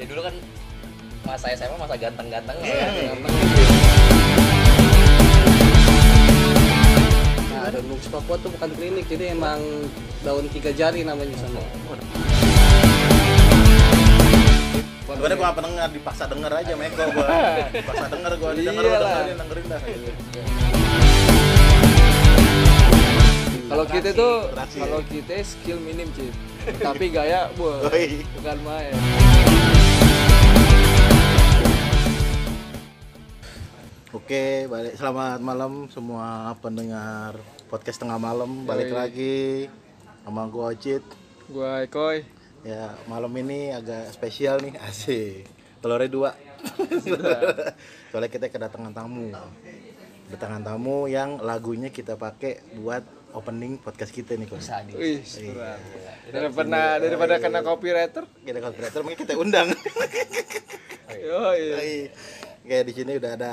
Ya, kan masa SMA masa ganteng-ganteng ya. Hmm. Nah, daun bungkus Papua tuh bukan klinik, jadi emang daun tiga jari namanya sana. Sebenernya gua apa denger, dipaksa denger aja Meko gua Dipaksa denger gua, didengar udah Iyalah. dengerin, dengerin dah gitu. Kalau kita tuh, interaksi. kalau kita skill minim sih, tapi gaya buat Woi. bukan main. Oke, balik selamat malam semua pendengar podcast tengah malam Balik Yoi. lagi sama gua Ocit Gua Ekoi, Ya, malam ini agak spesial nih, asik Telurnya dua Soalnya kita kedatangan tamu Kedatangan tamu yang lagunya kita pakai buat opening podcast kita nih Kon. Bisa di wih, iya, kurang. daripada daripada kena copywriter, Kita konspirator mungkin kita undang yo iya. Hai. Oke, di sini udah ada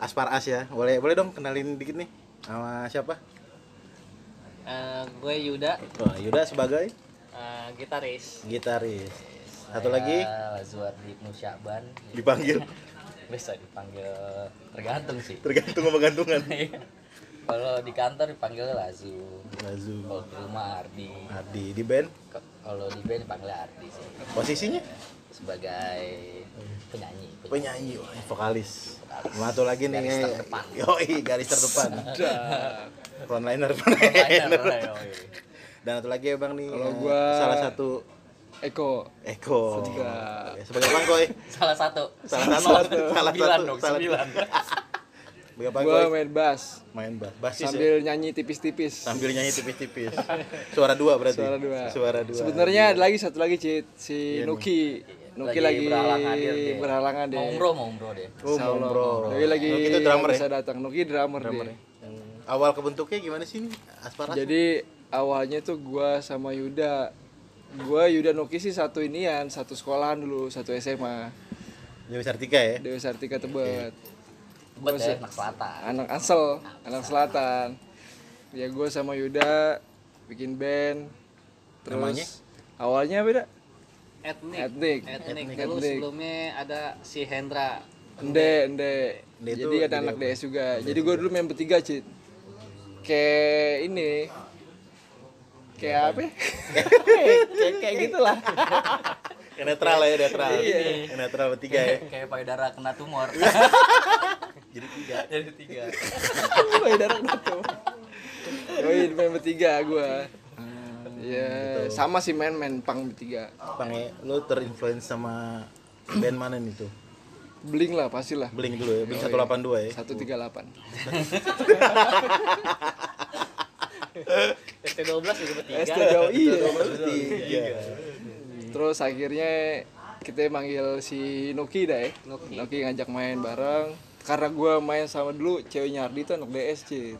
Aspar As ya. Boleh boleh dong kenalin dikit nih sama siapa? Eh, gue Yuda, Wah, Yuda sebagai eh, gitaris. gitaris. Satu lagi Lazuardi Ibnu Syaban. dipanggil Bisa dipanggil tergantung sih. tergantung sama gantungan. Kalau di kantor dipanggil Lazu. Lazu. Kalau di rumah Ardi. Adi di band K- Kalau di band dipanggil Ardi sih. posisinya Sebagai penyanyi. penyanyi wah, vokalis. Sama satu lagi nih Garis eh, terdepan. Yoi, garis terdepan. Liner, Frontliner. frontliner. liner, yoi. Dan satu lagi Bang nih Kalau eh, gua- salah satu Eko, Eko. Setiga. Ya, Sebagai bangkoi. Salah satu. Salah satu, salah Sembilan satu, dong, salah sembilan. Sebagai gua bangkoi main bass main bass. Basis ya? sambil nyanyi tipis-tipis. sambil nyanyi tipis-tipis suara dua berarti Suara dua. suara dua Sebenarnya ada lagi satu lagi Cid, si Iya nih. Nuki. Nuki lagi, berhalangan hadir dia. berhalangan deh. Mau umroh, mau umroh deh. oh Insya Allah, bro Bro. Nuki lagi itu drummer ya bisa datang. Nuki drummer, deh. Yang awal kebentuknya gimana sih nih aspara Jadi awalnya tuh gua sama Yuda. Gua Yuda Nuki sih satu inian, satu sekolahan dulu, satu SMA. Dewi Sartika ya Dewi Sartika Tebet. Tebet ya, anak selatan. Anak asal, anak selatan. Ya gua sama Yuda bikin band. Terus Namanya? awalnya beda etnik etnik. etnik dulu Etnik. sebelumnya ada si Hendra Ende, ende. Ende itu Jadi ada jadi anak apa? DS juga. Jadi gue dulu main bertiga, Cit. Kayak ini. Kayak apa? ya? kayak kayak gitulah. yang netral ya netral Iya. yang netral bertiga ya Kayak Iya. payudara kena tumor. jadi tiga Jadi tiga. Wah, darah jatuh. Yoi, gitu. Oh iya, main bertiga gua. Ya, sama sih main main pang bertiga. pange lu eh, terinfluence sama band mana nih tuh Bling lah pastilah. Blink dulu ya Blink Oh, iya. 182 ya 138. ST12 juga bertiga. ST jauh iya. tiga Terus akhirnya kita manggil si Nuki dah ya. Nuki. ngajak main bareng. Karena gua main sama dulu ceweknya Ardi tuh anak DS, Cit.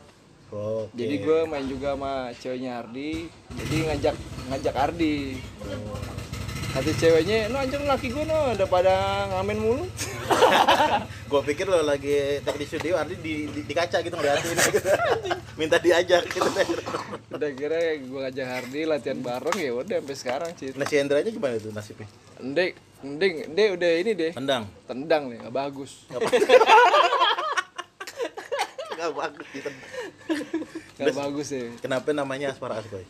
oke Jadi gua main juga sama ceweknya Ardi. Jadi ngajak ngajak Ardi. Kata ceweknya, "No anjir laki gua no, udah pada ngamen mulu." gua pikir lo lagi take di studio Ardi di, di, di kaca gitu ngeliatin gitu. minta diajak gitu udah kira gua ngajak Ardi latihan bareng ya udah sampai sekarang, Cit. nasi Endranya gimana tuh nasibnya Ndek, ndeng, ndek udah ini deh. tendang Tendang nih, nggak bagus. Gak bagus gitu. Nggak bagus ya. Kenapa namanya Aspara Asboy?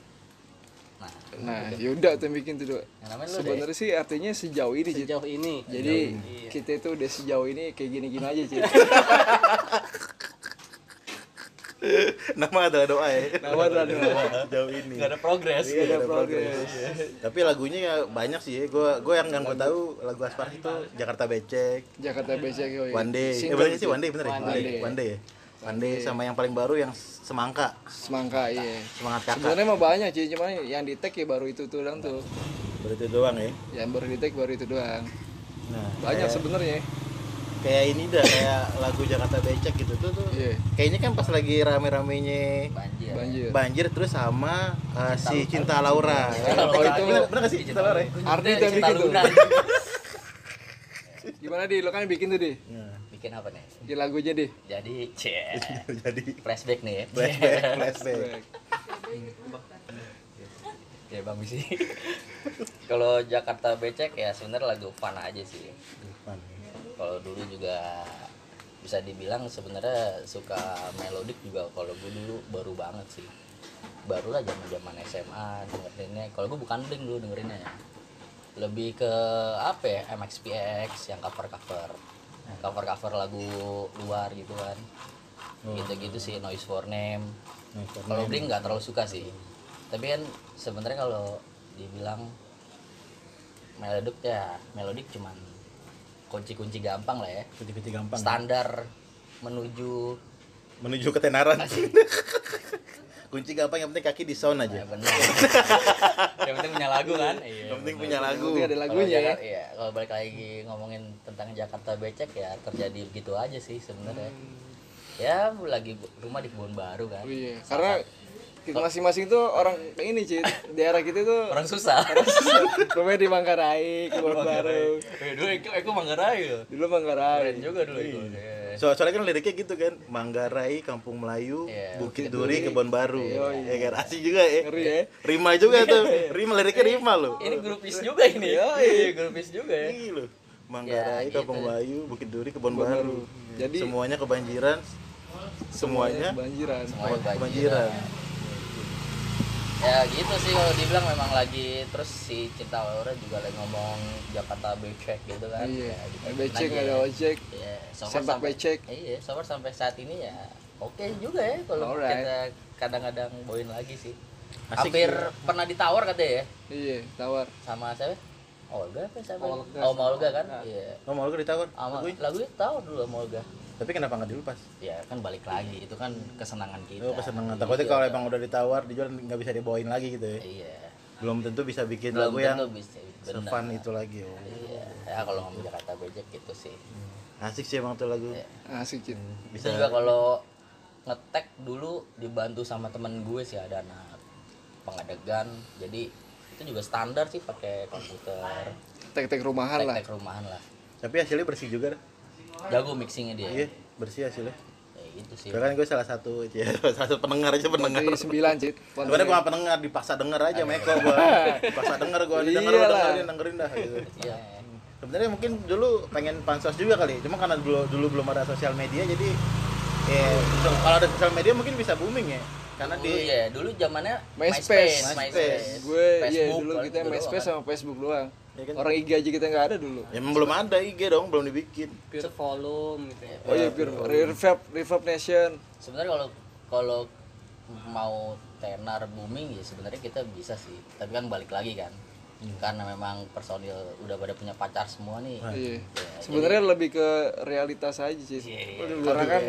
Nah, Nah, Yuda tuh yang bikin tuh, Dok. yang namanya lu deh. Sebenarnya sih artinya sejauh ini, Cit. sejauh ini Jadi kita itu udah sejauh ini kayak gini-gini aja, Cit. Nama adalah doa ya. Nama adalah doa. Jauh ini. Gak ada progres. Iya, ada progres. Tapi lagunya ya banyak sih. ya. Gua gua yang yang gua tahu lagu Aspara itu Jakarta Becek, Jakarta ya, Besok yoi. One Day. Eh Single, bener sih Cit. One Day bener ya? One Day. One Day ya. One Day sama yang paling baru yang semangka, Semangka, iya. semangat kakak. Sebenarnya mah banyak sih, cuma yang di tag ya baru itu tuh doang tuh. Berarti doang ya. Yang baru di tag baru itu doang. Nah, Banyak kayak- sebenarnya. kayak ini dah kayak lagu Jakarta Becek gitu tuh tuh. Iya. Kayaknya kan pas lagi rame-ramenya Banjir. Banjir. banjir terus sama uh, si Iya. Cinta Laura. Laura. Eh, Gimana bener gak sih Cinta Laura? ya? Ardi gitu. Udah, tuh yang cinta bikin tuh. Luna. Gimana di lo kan bikin tuh deh. Nah, Bikin apa nih? Di lagunya deh. Jadi, cie. jadi Flashback nih ya. flashback, flashback. ya Bang Bisi. Kalau Jakarta Becek ya sebenarnya lagu fun aja sih. Mana? kalau dulu juga bisa dibilang sebenarnya suka melodik juga kalau gue dulu baru banget sih barulah zaman zaman SMA dengerinnya kalau gue bukan bling dulu dengerinnya ya. lebih ke apa ya MXPX yang cover cover cover cover lagu luar gitu kan gitu gitu sih noise for name Nah, karena kalau bling nggak terlalu suka sih tapi kan sebenarnya kalau dibilang melodik ya melodik cuman kunci-kunci gampang lah ya kunci-kunci gampang standar menuju menuju ketenaran. Kunci gampang yang penting kaki di sound ya aja. benar yang penting punya lagu kan iya Iya. Yang penting punya kan? lagu. Nanti ada Kalau lagunya ya. Jakar- iya, kalau balik lagi ngomongin tentang Jakarta becek ya terjadi begitu aja sih sebenarnya Hmm. ya lagi bu- rumah di kebun baru kan Oh iya, karena kita masing-masing tuh orang kayak ini, Cit. Daerah kita tuh orang susah rumahnya di Manggarai, Kebon Baru. Eh, dulu aku aku manggarai loh Dulu Manggarai. keren juga dulu itu Iya. So, soalnya kan liriknya gitu kan, Manggarai, Kampung Melayu, Iya, Bukit Duri, Kebon Baru. Ya kan asik juga ya. Iya. Ngeri ya. Rima juga tuh. Rima liriknya rima loh. ini grupis juga ini ya iya grupis juga ya Ini loh. Manggarai, gitu. Kampung Melayu, Bukit Duri, Kebon Baru. Jadi semuanya kebanjiran. Semuanya banjiran. Semuanya kebanjiran. ya gitu sih kalau dibilang memang lagi terus si cinta Laura juga lagi ngomong Jakarta becek gitu kan Iya. Ya, gitu. Becek Lagi nggak ada ya. ojek. Iya, so far Sempak sampai- becek. iya so far sampai saat ini ya oke juga ya kalau Alright. kita kadang-kadang bawain lagi sih Asik hampir pernah ditawar katanya ya Iya, tawar. sama siapa Olga apa siapa Olga. oh sama Olga kan iya Oh, mau lu ditawar? sama Laguin. lagunya tahu dulu sama Olga Tapi kenapa nggak dilepas? ya kan balik lagi itu kan kesenangan kita Oh, kesenangan. Takutnya kalau emang udah ditawar, dijual nggak bisa dibawain lagi gitu ya. iya belum tentu bisa bikin Belum lagu tentu yang bisa, benar. sefun itu lagi oh. Iya, ya kalau ngomong Jakarta Gojek gitu sih. asik sih emang tuh lagu Asik, Cit. Hmm. Bisa Iya. Iya. juga kalau ngetek dulu dibantu sama temen gue sih ada anak pengadegan. Jadi itu juga standar sih pakai komputer, Tek-tek rumahan lah. tek-tek rumahan lah. tapi hasilnya bersih juga dah Jago mixingnya dia. iya bersih hasilnya Ya gitu sih. Soalnya kan gue salah satu ya, salah satu pendengar aja pendengar Dari sembilan, Cit. sebenarnya gue gak pendengar dipaksa denger aja Meko gue dipaksa denger gue denger Iyalah. udah dengerin dengerin dah gitu Iya. sebenarnya mungkin dulu pengen pansos juga kali cuma karena dulu dulu belum ada sosial media jadi ya untuk- kalau ada sosial media mungkin bisa booming ya karena Dulu di ya, dulu zamannya MySpace. MySpace, MySpace. Gue iya Facebook, dulu kalau kita gitu doang MySpace kan. sama Facebook doang. Ya kan? Orang IG aja kita nggak ada dulu. ya, emang belum ada IG dong belum dibikin pure volume gitu ya Oh iya, Pure Reverb, Reverb Nation. Sebenarnya kalau kalau mau tenar booming ya sebenarnya kita bisa sih. Tapi kan balik lagi kan. Karena memang personil udah pada punya pacar semua nih. Iya. Sebenarnya lebih ke realitas aja sih. Iya. Karena kan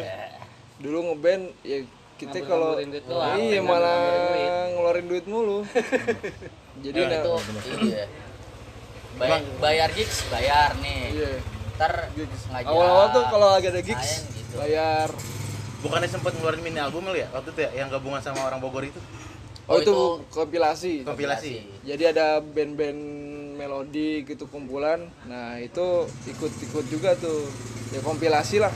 dulu ngeband ya kita kalau Ngabur-ngaburin duit doang, iya malah ngeluarin duit mulu. Jadi Jadi nah, itu iya. Bayar, bayar gigs bayar nih. iya. Ntar Iya ngajak Awal-awal tuh kalau lagi ada gigs main gitu. bayar. bukannya sempat ngeluarin mini album ya waktu itu ya yang gabungan sama orang Bogor itu Oh, Oh, itu itu kompilasi. kompilasi Jadi ada band-band melodi gitu kumpulan. Nah, itu ikut-ikut juga tuh. Ya kompilasi lah.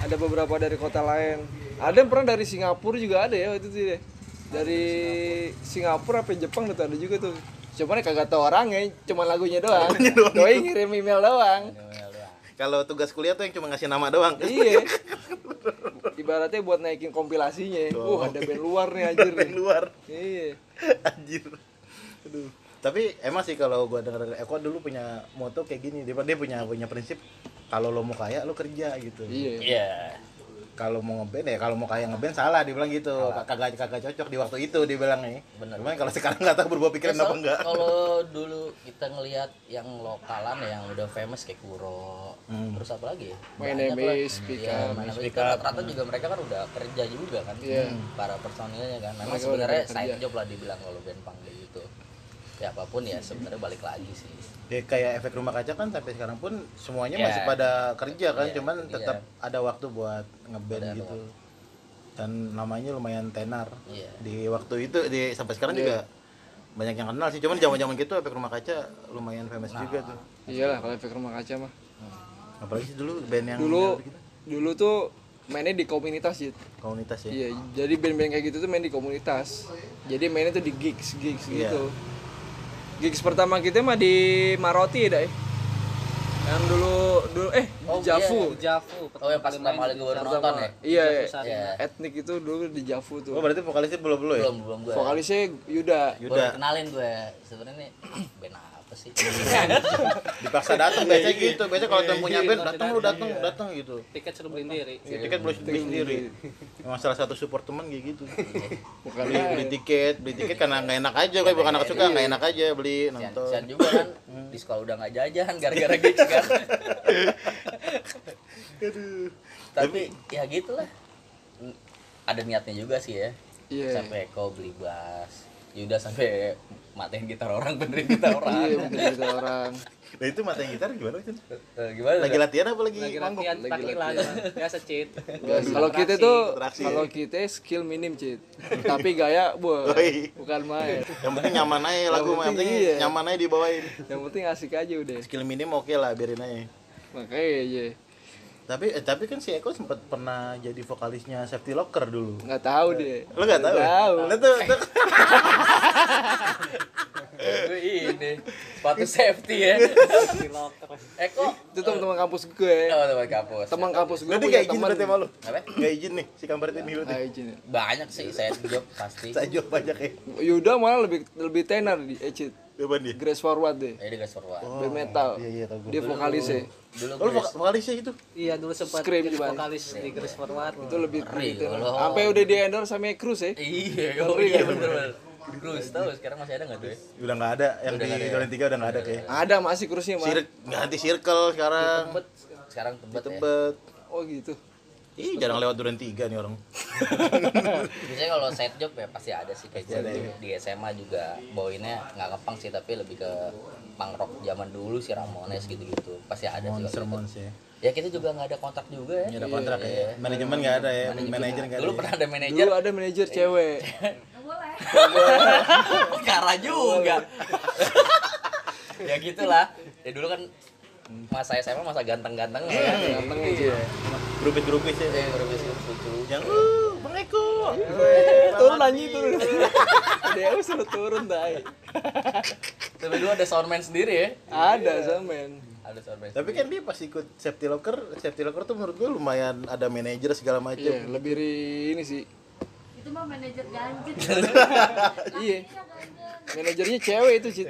Ada beberapa dari kota lain. Ada yang pernah dari Singapura juga ada ya waktu itu deh. Dari Singapura apa Jepang itu ada juga tuh. Cuman ya kagak tau orangnya, cuma lagunya doang. Doi ngirim email doang. kalau tugas kuliah tuh yang cuma ngasih nama doang iya. Ibaratnya buat naikin kompilasinya. Wah, ada Oh. band luar nih anjir nih. yang luar Iya. anjir aduh tapi emang sih kalau gua denger Eko dulu punya moto kayak gini dia, dia punya punya prinsip kalau lo mau kaya lo kerja gitu Iya. Iya. kalau mau ngeband ya kalau mau kaya ngeband salah dia bilang gitu kagak kagak cocok di waktu itu dia bilang nih cuman kalau sekarang nggak tahu berubah pikiran apa Soal- enggak Kalau dulu kita ngelihat yang lokalan ya, yang udah famous kayak Kuro, Hmm. terus apa lagi? My Banyak name lah. is Pick Iya, Up. Iya. My Name is Pick Up. Rata-rata juga mereka kan udah kerja juga kan, Hmm. para personilnya kan. Memang Mereka udah sebenarnya pada side kerja. job lah dibilang kalau band punk kayak gitu. Ya apapun ya sebenarnya balik lagi sih. Ya, kayak efek rumah kaca kan sampai sekarang pun semuanya Ya. masih pada kerja kan, Iya, cuman iya. tetap ada waktu buat ngeband Ada gitu. Dan namanya lumayan tenar. Iya. Di waktu itu di sampai sekarang juga banyak yang kenal sih, cuman zaman-zaman gitu efek rumah kaca lumayan famous juga tuh. Iyalah kalau efek rumah kaca mah. Apalagi sih dulu band yang gitu, dulu dulu tuh mainnya di komunitas gitu komunitas ya. iya jadi band-band kayak gitu tuh main di komunitas jadi mainnya tuh di gigs gigs Iya. gitu gigs pertama kita mah di Maroti ya dai yang dulu dulu eh di Oh, Javu iya, Javu. Oh, yang pas pertama kali gua baru nonton ya? Iya, iya. Iya. etnik itu dulu di Javu tuh Oh berarti vokalisnya belum belum ya? belum belum gue vokalisnya Yuda baru Yuda kenalin gue sebenarnya band apa sih dipaksa datang biasanya gitu. Biasanya kalau temen punya band datang lu datang datang gitu. Tiket suruh beli sendiri. Tiket boleh beli sendiri. Emang salah satu support temen kayak gitu. Beli, Bukan beli tiket, beli tiket karena nggak enak aja, kayak bukan anak suka nggak enak aja beli Sian, nonton. sian juga kan di sekolah udah nggak jajan gara-gara gitu kan tapi ya gitulah ada niatnya juga sih ya Iya. sampai Eko beli bass Yuda sampai matiin gitar orang benerin gitar Iya, orang bener gitu orang. Nah itu mata yang gitar gimana Cun? Eh, gimana Lagi Dok? latihan apa lagi? Lagi manggung? latihan lagi takilan. Biasa cheat. Biasa. Kalau kita tuh Iya, Interaksi. kalau kita skill minim, Cit. Tapi gaya buah. Woi. Bukan main. Yang penting nyaman aja lagu, penting yang penting iya. nyaman aja dibawain. Yang penting asik aja udah. Skill minim oke lah biarin aja. Makanya iya. Tapi eh, tapi kan si Eko sempat pernah jadi vokalisnya Safety Locker dulu. Nggak tahu deh. Lo gak tahu? ya? Tahu. Lo tuh, tuh Gue ini sepatu safety ya Di locker. Eh, Eko Itu teman-teman kampus gue. oh teman kampus Teman kampus gue lo tuh punya gak izin teman. berarti sama lo? Apa? Gak izin nih si kamar ini lo Ah, tuh. izin. banyak sih saya job pasti Saya jawab banyak ya. Yuda malah lebih lebih tenar di eh, Cit. Depan dia. Grace Forward deh. jadi gak seru ah. Band metal. Iya iya tau gue. Dia vokalisnya. dulu Oh, Lo gue vok- vokalisnya itu? Iya dulu sempat Scream jadi gimana? vokalis di Chris Forward. Itu lebih Ngeri, lebih tenar. lo. Sampai udah di endorse sama Cruz ya. Iya, oh, iya bener bener. Cruise tahu sekarang masih ada nggak tuh? ya? Udah gak ada. Yang Udah di nggak ada ya? Dolan 3 udah gak ada kayak. Ada masih Cruznya, Mas. Sir ganti circle sekarang. Tebet sekarang tebet, ya. Tebet. Oh gitu. Ih jarang lewat Duren 3 nih orang. Biasanya kalau set job ya pasti ada sih kayak set ya. job. di SMA juga bawainnya nggak ngepang sih tapi lebih ke punk rock zaman dulu sih Ramones gitu-gitu. Pasti ada sih. Monster kalau set job. Monster. Ya kita juga nggak ada kontak juga ya. Ini ada kontrak ya. Manajemen gak ada ya. Manajer gak ada. Dulu ya. pernah ada manajer Dulu ada manajer cewek. Kara juga. ya gitulah. Ya dulu kan masa SMA masa ganteng-ganteng ya. Iya. kan? Ganteng aja. Grupis-grupis ya. Ya, berbisnis lucu. Yang uh, Bang Eko. turun anjing turun Dewa suruh turun dai Tapi dulu ada soundman sendiri ya. ada samen Ada soundman. Tapi kan dia pas ikut safety locker, safety locker tuh menurut gue lumayan ada manajer segala iya macam. lebih ri- ini sih itu mah manajer ganjil iya manajernya cewek itu sih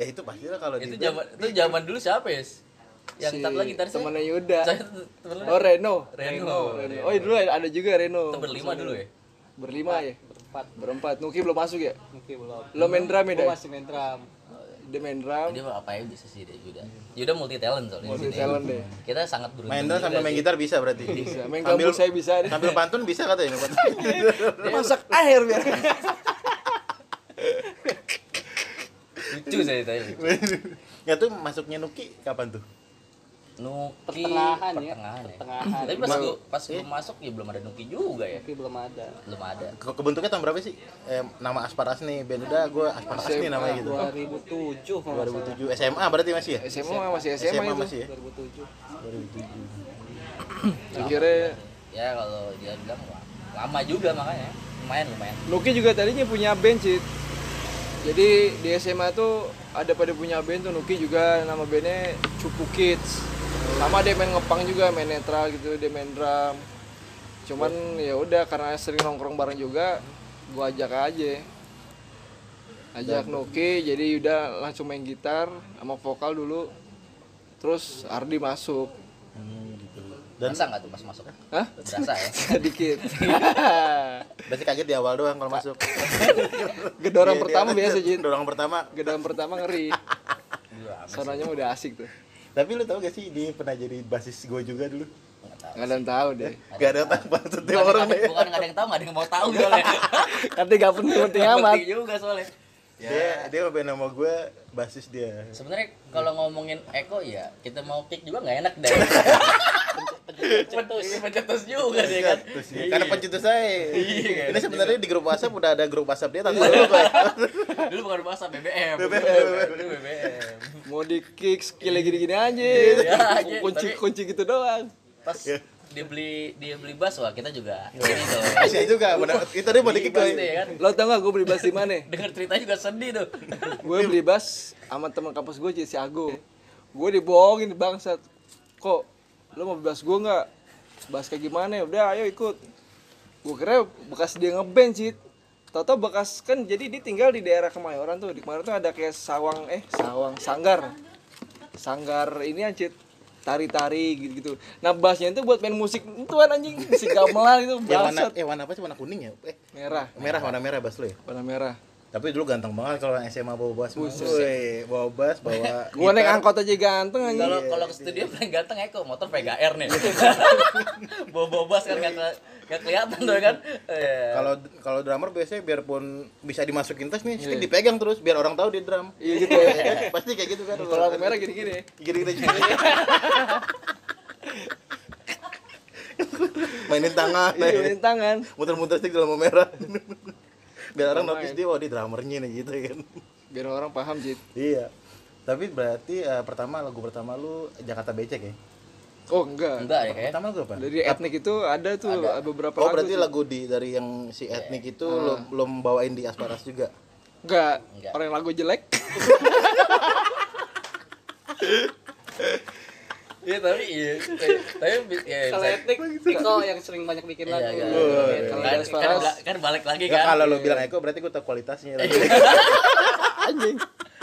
Ya itu pastilah kalau di itu band. zaman itu zaman dulu siapa ya? Yang satu lagi tadi temannya Yuda Temen oh Reno Reno. Reno. oh iya, dulu ada juga Reno Itu berlima dulu ya. berlima ya Berempat. berempat Nuki belum masuk ya Mungkin belum. lo main drum ya Gua dai masih main drum. dia main drum Dia apa ya bisa sih dia Yuda. Yuda multi talent soalnya. di multi sini. talent deh Kita sangat beruntung. Main drum juga sambil main sih. gitar bisa berarti. Iya bisa main kampus saya bisa deh Sambil pantun bisa katanya. Pak. masak air biar Lucu saya tadi. ya tuh masuknya Nuki kapan tuh? Nuki Pertengahan ya. pertengahan ya. Pertengahan. Tapi pas gua pas Eh. gua masuk ya belum ada Nuki juga ya. Tapi belum ada. Belum ada. Ke- Kebentuknya tahun berapa sih? Eh, nama Aspar Asni, band udah gue Aspar Asni Ah, namanya gitu. 2007 kalau nggak salah. 2007 SMA berarti masih ya? SMA masih SMA SMA itu masih ya? 2007. akhirnya Ya kalau dia bilang wah, lama juga makanya. Lumayan lumayan. Nuki juga tadinya punya band Cid. Jadi di SMA tuh ada pada punya band tuh Nuki juga nama bandnya Cupu Kids. Sama dia main ngepang juga, main netral gitu, dia main drum. Cuman ya udah karena sering nongkrong bareng juga, gua ajak aja. Ajak Nuki, jadi udah langsung main gitar sama vokal dulu. Terus Ardi masuk. Hmm, gitu. Dan Berasa nggak tuh pas masuk? Hah? Berasa ya. Sedikit. berarti kaget di awal doang kalau masuk. Gedoran Iya, dia- pertama biasa, Jin. Dorong pertama. Gedoran pertama ngeri. Gila, Sononya udah asik tuh. Tapi lu tau gak sih dia pernah jadi basis gue juga dulu? nggak tahu. Nggak ada yang tahu deh. Gak ada tak maksudnya Bukan orang nggak ada- ya. bukan nggak ada yang tahu, nggak ada yang mau tahu soalnya. Katanya gak Kan penting penting amat. Penting juga soalnya. Dia dia ngeband nama gue basis dia. Sebenarnya kalau ngomongin Eko ya kita mau kick juga nggak enak deh. Pencetus, pencetus juga deh kan. Iya Terus ya. dia, karena pencetus saya. Iya. Ini sebenarnya di grup WhatsApp udah ada grup WhatsApp dia tanggal dulu Pak. Dulu bukan bahasa BBM. BBM. Dulu BBM. Mau di kick skill Iya. gini-gini aja. Iya, aja, kunci tapi- kunci Ya. Iya. gitu doang. Pas dia beli dia beli bas wah kita juga ini tuh. Saya juga benar. Itu dia mau dikit Beli bass deh gue. kan. Lo tau gak gue beli bass di mana? Dengar cerita juga sedih tuh. Gue beli bass sama teman kampus gue si Agung. gue dibohongin bangsat kok lo mau bebas gue nggak bahas kayak gimana ya udah ayo ikut gue kira bekas dia ngeband sih Toto bekas kan jadi dia tinggal di daerah Kemayoran tuh di Kemayoran tuh ada kayak sawang eh sawang sanggar sanggar ini anjir tari-tari gitu-gitu. Nah bassnya itu buat main musik itu kan anjing musik gamelan itu Ya warna, bangsat eh warna apa sih? Warna kuning ya? Eh, merah merah, warna merah bas lo ya? warna merah. Tapi dulu ganteng banget kalau SMA bawa bas. Woi, bawa bas, bawa Gue naik angkot aja ganteng anjing. Kalau kalau ke studio paling ganteng Eko, motor PGR nih. Iya. Bawa bobas kan nggak ke- nggak kelihatan tuh kan. Iya. kalau kalau drummer biasanya biarpun bisa dimasukin tas nih stick dipegang terus biar orang tahu dia drum Iya gitu ya. pasti kayak gitu kan Kalau warna merah gini-gini. gini gini mainin tangan eh. Iya, ini tangan. muter-muter stick dalam warna merah biar orang Lumayan. notice dia oh dia drummernya nih gitu kan Biar orang paham Jit. iya tapi berarti eh, pertama lagu pertama lu Jakarta Becek ya Oh enggak. Enggak ya kayak. pertama lagu apa Dari etnik itu ada tuh beberapa lagu Eh. oh Hmm. berarti tuh. lagu di dari yang si etnik itu lo lo bawain di Asparas juga Enggak. Enggak. Orang yang lagu jelek. Iya tapi iya. Tapi ya, Kalau bisa- etnik, Iko yang sering banyak bikin Iya, lagu. iya. Kalau Kan, dari kan, Asparas, bela- kan balik Iya lagi Ya, kan. kalau lo bilang Eko berarti gue tau kualitasnya lagi.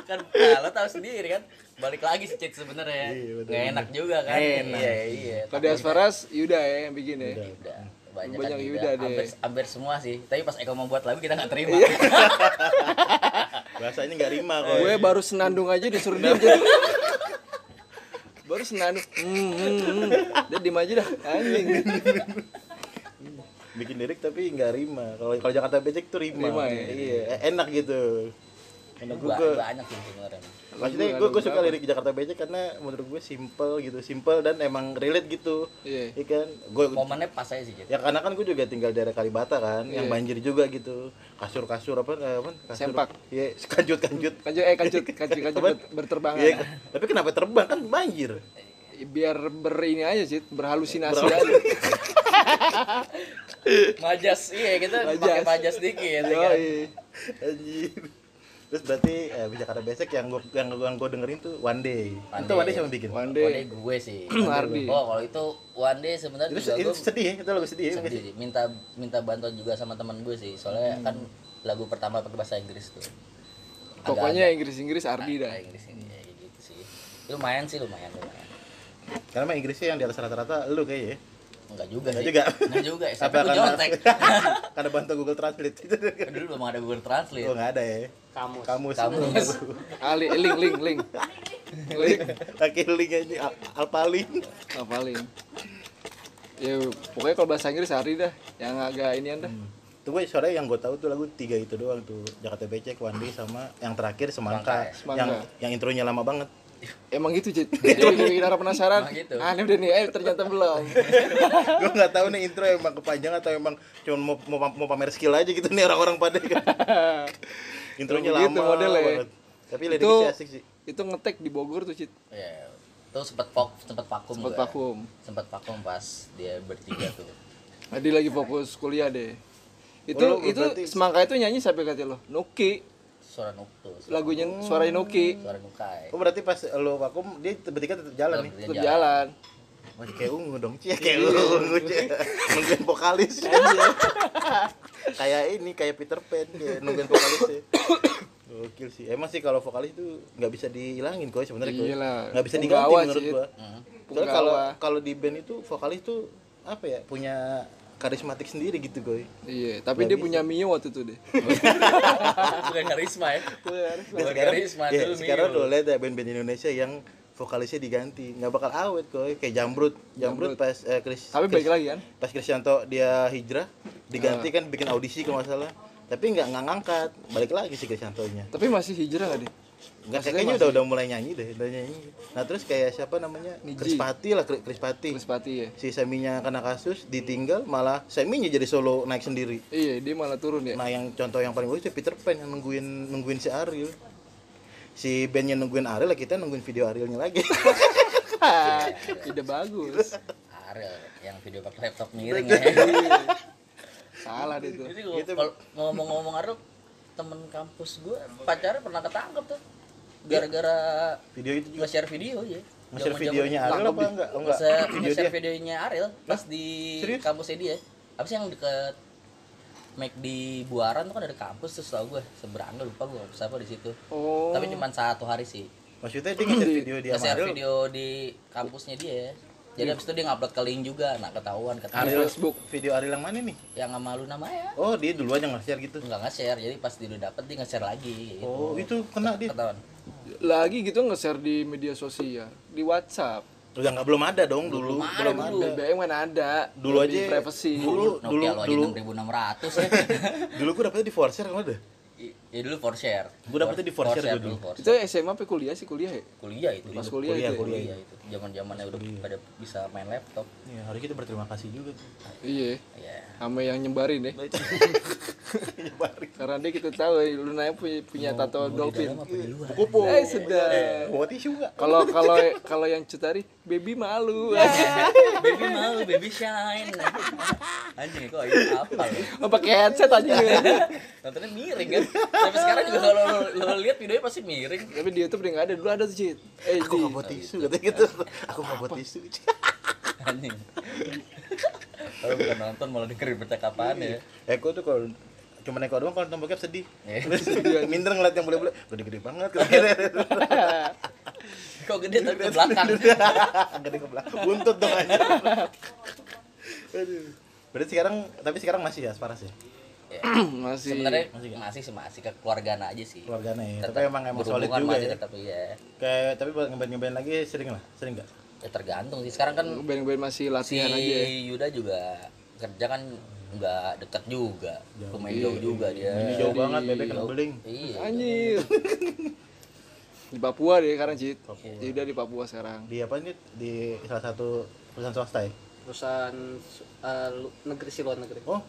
kan nah, lo tahu sendiri kan. Balik lagi sih Cik sebenarnya. Iya, betul. Nggak enak juga kan. Enak. Iya iya. Kalau di Asparas Yuda ya yang bikin ya. Yuda. Banyak, Banyak kan Yuda deh. Hampir, hampir semua sih. Tapi pas Eko membuat lagu kita nggak terima. Bahasanya nggak rima kok. Eh. Gue baru senandung aja disuruh diam jadi. baru senandung. Hmm, hmm, hmm. Dia diem aja dah. Anjing. bikin lirik tapi nggak rima. Kalau kalau Jakarta Becek tuh rima. Rima ya? Iya, eh, enak gitu. Enak Ba- gue. Banyak sih sebenarnya. Iya, Maksudnya gue gue suka lirik Jakarta Becek karena menurut gue simple gitu, simple dan emang relate gitu. Iya. Iya kan? Gue Momennya pas aja sih Cik. ya karena kan gue juga tinggal daerah Kalibata kan, Iya. yang banjir juga gitu. Kasur-kasur apa eh, apa? Kasur. Sempak. Iya, kanjut-kanjut. Kanjut eh kanjut kanjut kanjut ber- berterbangan. Iya. Tapi kenapa terbang kan banjir? Biar ber ini aja sih, Iya. berhalusinasi aja. Majas, iya kita Majas. iya. pakai majas dikit ya kan. Yoi. Anjir. Terus berarti eh, Jakarta Besek yang gue yang, gua- yang gua dengerin tuh One Day. One itu Day. One Day siapa yang bikin? One One day day. gue sih. Ardi. Oh, kalau itu one day sebenarnya Itu, juga itu gue sedih ya, itu lagu sedih ya. bukan sih? sendiri. Minta minta bantuan juga sama teman gue sih. Hmm. Soalnya kan lagu pertama pakai bahasa Inggris tuh. Pokoknya Inggris-Inggris Ardi dah. Nah, Bahasa Inggris ini ya gitu sih. Lumayan sih, lumayan, lumayan. Karena emang Inggrisnya yang di atas rata-rata lu kayaknya. ya. Enggak juga Enggak sih. juga. Enggak juga. ya. Tapi Apa gue karena- jontek. Karena bantu Google Translate itu. Dulu belum ada Google Oh, Translate. enggak ada ya. kamus. Kamus. Kamu Ali, Ah, link, link, link. Link, Kaki link aja Al- alpalin. hafalin. Ya, pokoknya kalau bahasa Inggris hari dah, yang agak ini Hmm. anda. Tuh gue sore yang gue tahu tuh lagu tiga itu doang tuh. Jakarta Becek, One Day sama yang terakhir Semangka. Semangka. Yang yang intronya lama banget. Emang gitu, Jit. Jadi bikin orang penasaran. Emang gitu. Ah, ini udah nih, eh ternyata belum. gue nggak tahu nih intro emang kepanjang atau emang cuma mau, mau, mau pamer skill aja gitu nih orang-orang pada kan. intronya lama Emang gitu modelnya. banget. tapi liriknya itu sih asik sih itu ngetek di Bogor tuh, Cit. Ya. Tuh sempet pok, sempet vakum Buat gua. vakum. Sempet vakum pas dia bertiga tuh. Tadi lagi fokus kuliah deh. Itu Oh, lu itu berarti- semangka itu nyanyi sampai kata lo, Nuki. Suara nuktus. Lagunya suaranya Nuki Suara nukai. oh berarti pas lo vakum dia bertiga tetap jalan nih tetap jalan. Wah, Oh, ya kayak ungu dong cie kayak Iya, ungu cie nungguin vokalis kayak ini kayak Peter Pan dia nungguin vokalis ya. Gokil sih. Emang sih kalau vokalis itu nggak bisa dihilangin kok sebenarnya kok. Iyalah. Nggak bisa Iya Punggawa, diganti menurut Cid. gua. Soalnya Punggawa. kalau kalau di band itu vokalis tuh apa ya punya karismatik sendiri gitu goy. Iya, tapi dia punya Mio waktu itu deh. Bukan karisma ya. Dan Bukan sekarang, karisma ya, dulu sekarang Mio. lo lihat ya band-band Indonesia yang vokalisnya diganti nggak bakal awet kok kayak Jamrut Jamrut, pas eh, Chris Tapi Chris- baik lagi kan? pas Krisyanto dia hijrah diganti kan bikin audisi kalau nggak salah tapi nggak nggak ngangkat balik lagi si Krisyantonya Tapi masih hijrah gak deh? nggak kayaknya udah udah mulai nyanyi deh udah nyanyi nah terus kayak siapa namanya Krispati lah Kri- Krispati Krispati ya? si Seminya kena kasus ditinggal malah Seminya jadi solo naik sendiri Iya, dia malah turun ya. Nah yang contoh yang paling bagus itu Peter Pan yang nungguin nungguin si Ariel. Si bandnya nungguin Ariel, kita nungguin video Arielnya lagi. Ide bagus. Ariel yang video pakai laptop miring ya. Salah deh itu. Jadi Gitu, kalau- kalau ngomong-ngomong Ariel, temen kampus gue pacarnya pernah ketangkep tuh gara-gara Video itu juga nge-share video iya. ya. Iya. nge-share Zaman-zaman videonya lah, Ariel apa lebih. enggak? Oh, enggak. Nge-share Video nge-share dia. videonya Ariel pas di serius? kampusnya dia. apa sih yang deket Mac di Buaran tuh kan ada kampus terus tau gue seberangnya lupa gue siapa di situ Oh. tapi cuma satu hari sih Maksudnya dia nge-share video dia sama Iya. nge-share Ariel. video di kampusnya dia jadi abis itu dia ngupload ke link juga nah ketahuan ketahuan Ariel Facebook. Video Ariel yang mana nih? yang sama lu namanya Oh, dia duluan yang nge-share gitu. nggak nge-share jadi pas dia udah dapet dia nge-share lagi gitu. Oh, itu kena dia. ketahuan Lagi gitu nge-share di media sosial, di WhatsApp. Udah Oh, nggak belum ada dong dulu, belum ada. BBM mana ada. Dulu Lebih aja ya. privacy. Dulu dulu Nokia lo aja dulu 6600 ya dulu gue dapetnya di Forshare kan ada. I- ya dulu for share Gua dapetnya di for share gua dulu. for Itu share. SMA apa kuliah sih kuliah ya? kuliah itu Pas dulu. kuliah, itu. kuliah, ya? kuliah itu zaman zamannya udah pada bisa main laptop Iya, harus kita berterima kasih juga tuh. Iya. ya Sama yang nyebarin deh. Nyebarin. Karena dia kita tahu ya, lu naik punya, punya tato dolphin. Kupu. Eh, sudah. Mau tisu nggak? Kalau kalau kalau yang cutari baby malu. baby malu baby shine anjing kok ini apa ya Pakai headset aja. nontonnya miring kan sampai sekarang juga kalau lo, lo lihat videonya pasti miring Tapi di YouTube dia nggak ada. Dulu ada tuh, Cit. Eh, Aku di. nggak mau tisu katanya gitu. Aku nggak mau tisu. anjing kalau bukan nonton malah dengerin percakapan ya Eko Eh, tuh kalau cuma Eko doang kalau nonton bokep sedih. Iya. Minder ngeliat yang boleh-boleh. Gede-gede banget. katanya. kok gede tapi ke belakang Gede ke belakang. Buntut dong aja. Aduh. Berarti sekarang tapi sekarang masih ya Sparas ya? Ya, Masih. sebenarnya Masih nggak? masih sih masih kekeluargaan aja sih Keluarganya ya. Tetap Tapi emang emang solid berhubungan juga masih ya. tetap iya Kayak tapi buat ngebain-ngebain lagi sering lah, sering enggak? ya tergantung sih sekarang kan Band-band si masih latihan ya. aja. Yuda juga kerja kan nggak dekat juga lumayan jauh juga dia Iya, Ini jauh banget bebek kena beling. iya Anjir. di Papua dia sekarang, Cit. Dia udah di Papua sekarang. Di apa nih? Di salah satu perusahaan swasta ya? Perusahaan eh, lu- negeri sih luar negeri. Oh,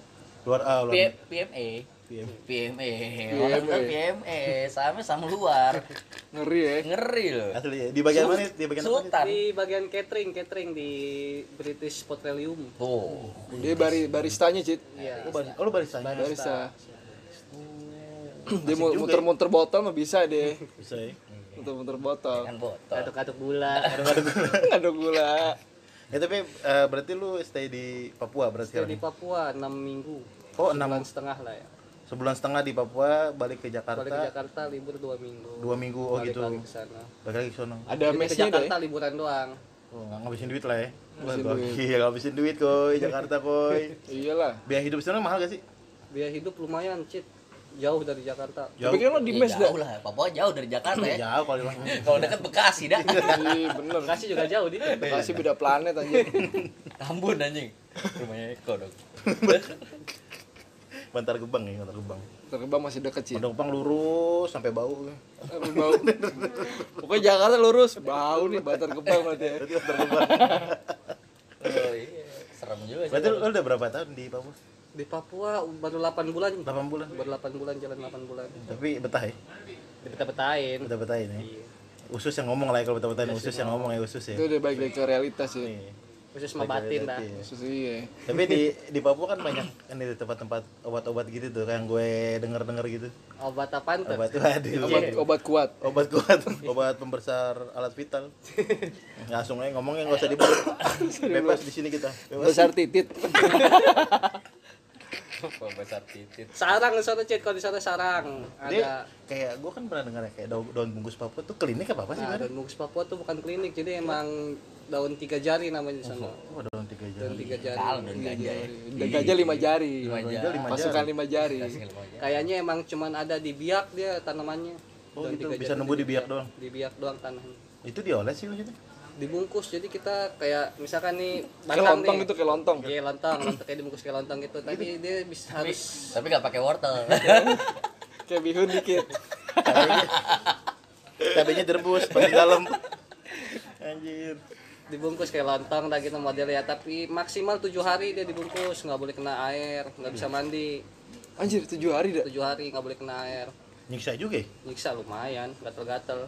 luar ah, luar. P- PMA PM. PMA orang bilang PMA sama sama luar Ngeri ya. ngeri loh Asli ya. Di bagian mana? Di bagian apa? Sultan Di bagian catering, catering di British Petroleum. oh Dia bari, baristanya, Cit. Iya. Oh, baris- oh, lu barista. Barista. Dia mu- muter-muter botol mah bisa deh. Bisa ya. Muter-muter botol. kan botol Aduk-aduk gula. Ada gula. Ya tapi eh, berarti lu stay di Papua berarti Di sekarang? ya? Papua 6 minggu. Oh, enam Bulan setengah lah ya. sebulan setengah di Papua balik ke Jakarta, Balik ke Jakarta libur 2 minggu. dua minggu oh Balik gitu lagi ke sana. balik lagi ke sono Ada Jadi ke mesnya deh. Jakarta liburan doang. oh, nggak ngabisin duit lah ya Wah, gokil ngabisin duit koi Jakarta koi Iyalah. biaya hidup sana mahal gak sih Biaya hidup lumayan, Cit. Jauh dari Jakarta. Tapi kan lo di Ya, mes dah. jauh lah Papua jauh dari Jakarta ya jauh kalau bilang kalau dekat Bekasi dah Iya, bener. Bekasi juga jauh, Dit. Bekasi beda planet aja. Tambun anjing rumahnya Eko dong Bantar Gebang ya Bantar Gebang Terbang masih deket sih. Bantar Gebang lurus sampai bau Tapi bau. Pokoknya Jakarta lurus. Bau nih Bantar Gebang berarti ya. berarti Bantar Gebang oh, iya. serem juga sih berarti lu udah berapa tahun di Papua Di Papua baru 8 bulan. 8 bulan Baru 8 bulan jalan 8 bulan. tapi betah ya Dibeta-betain. betah betahin ya usus yang ngomong lah ya kalau betah betahin usus yang ngomong ya usus ya Itu udah balik lagi ke realitas ya. Nih. Khusus sama batin dah. Iya. Khusus iya. tapi di di Papua kan banyak kan di tempat-tempat obat-obat gitu tuh kayak yang gue denger-denger gitu Obat apaan tuh? obat waduh Obat, obat kuat. obat kuat obat pembesar alat vital langsung aja ngomongnya nggak usah dibahas bebas di sini kita bebas Besar titit. Papua besar titit Sarang di sana, Cit. Kalau di sana sarang. dia Ada kayak gue kan pernah dengar ya, kayak daun, daun bungkus papua tuh klinik apa apa sih Nah, kan daun bungkus Papua tuh bukan klinik, jadi emang daun tiga jari namanya di sana. oh daun tiga jari Daun tiga jari. kalau dan gajah ya Dan gajah lima jari. Lima Daun jari. tiga lima Pasukan jari lima jari. Kasih lima jari. Kayaknya emang cuman ada di biak dia tanamannya. oh Daun gitu tiga bisa jari nemu tuh di biak doang Di biak doang tanahnya. itu dioles sih maksudnya Dibungkus, jadi kita kayak misalkan nih Kayak batang lontong gitu. nih. itu kayak lontong. Iya, lontong, lontong kayak dibungkus kayak lontong gitu. Tapi dia bisa harus tapi nggak pakai wortel Kayak bihun dikit. cabenya direbus pakai dalam anjir dibungkus kayak lontong dah gitu modelnya tapi maksimal tujuh hari dia dibungkus nggak boleh kena air nggak bisa mandi Anjir tujuh hari dah. tujuh hari nggak boleh kena air nyiksa juga ya nyiksa lumayan gatel-gatel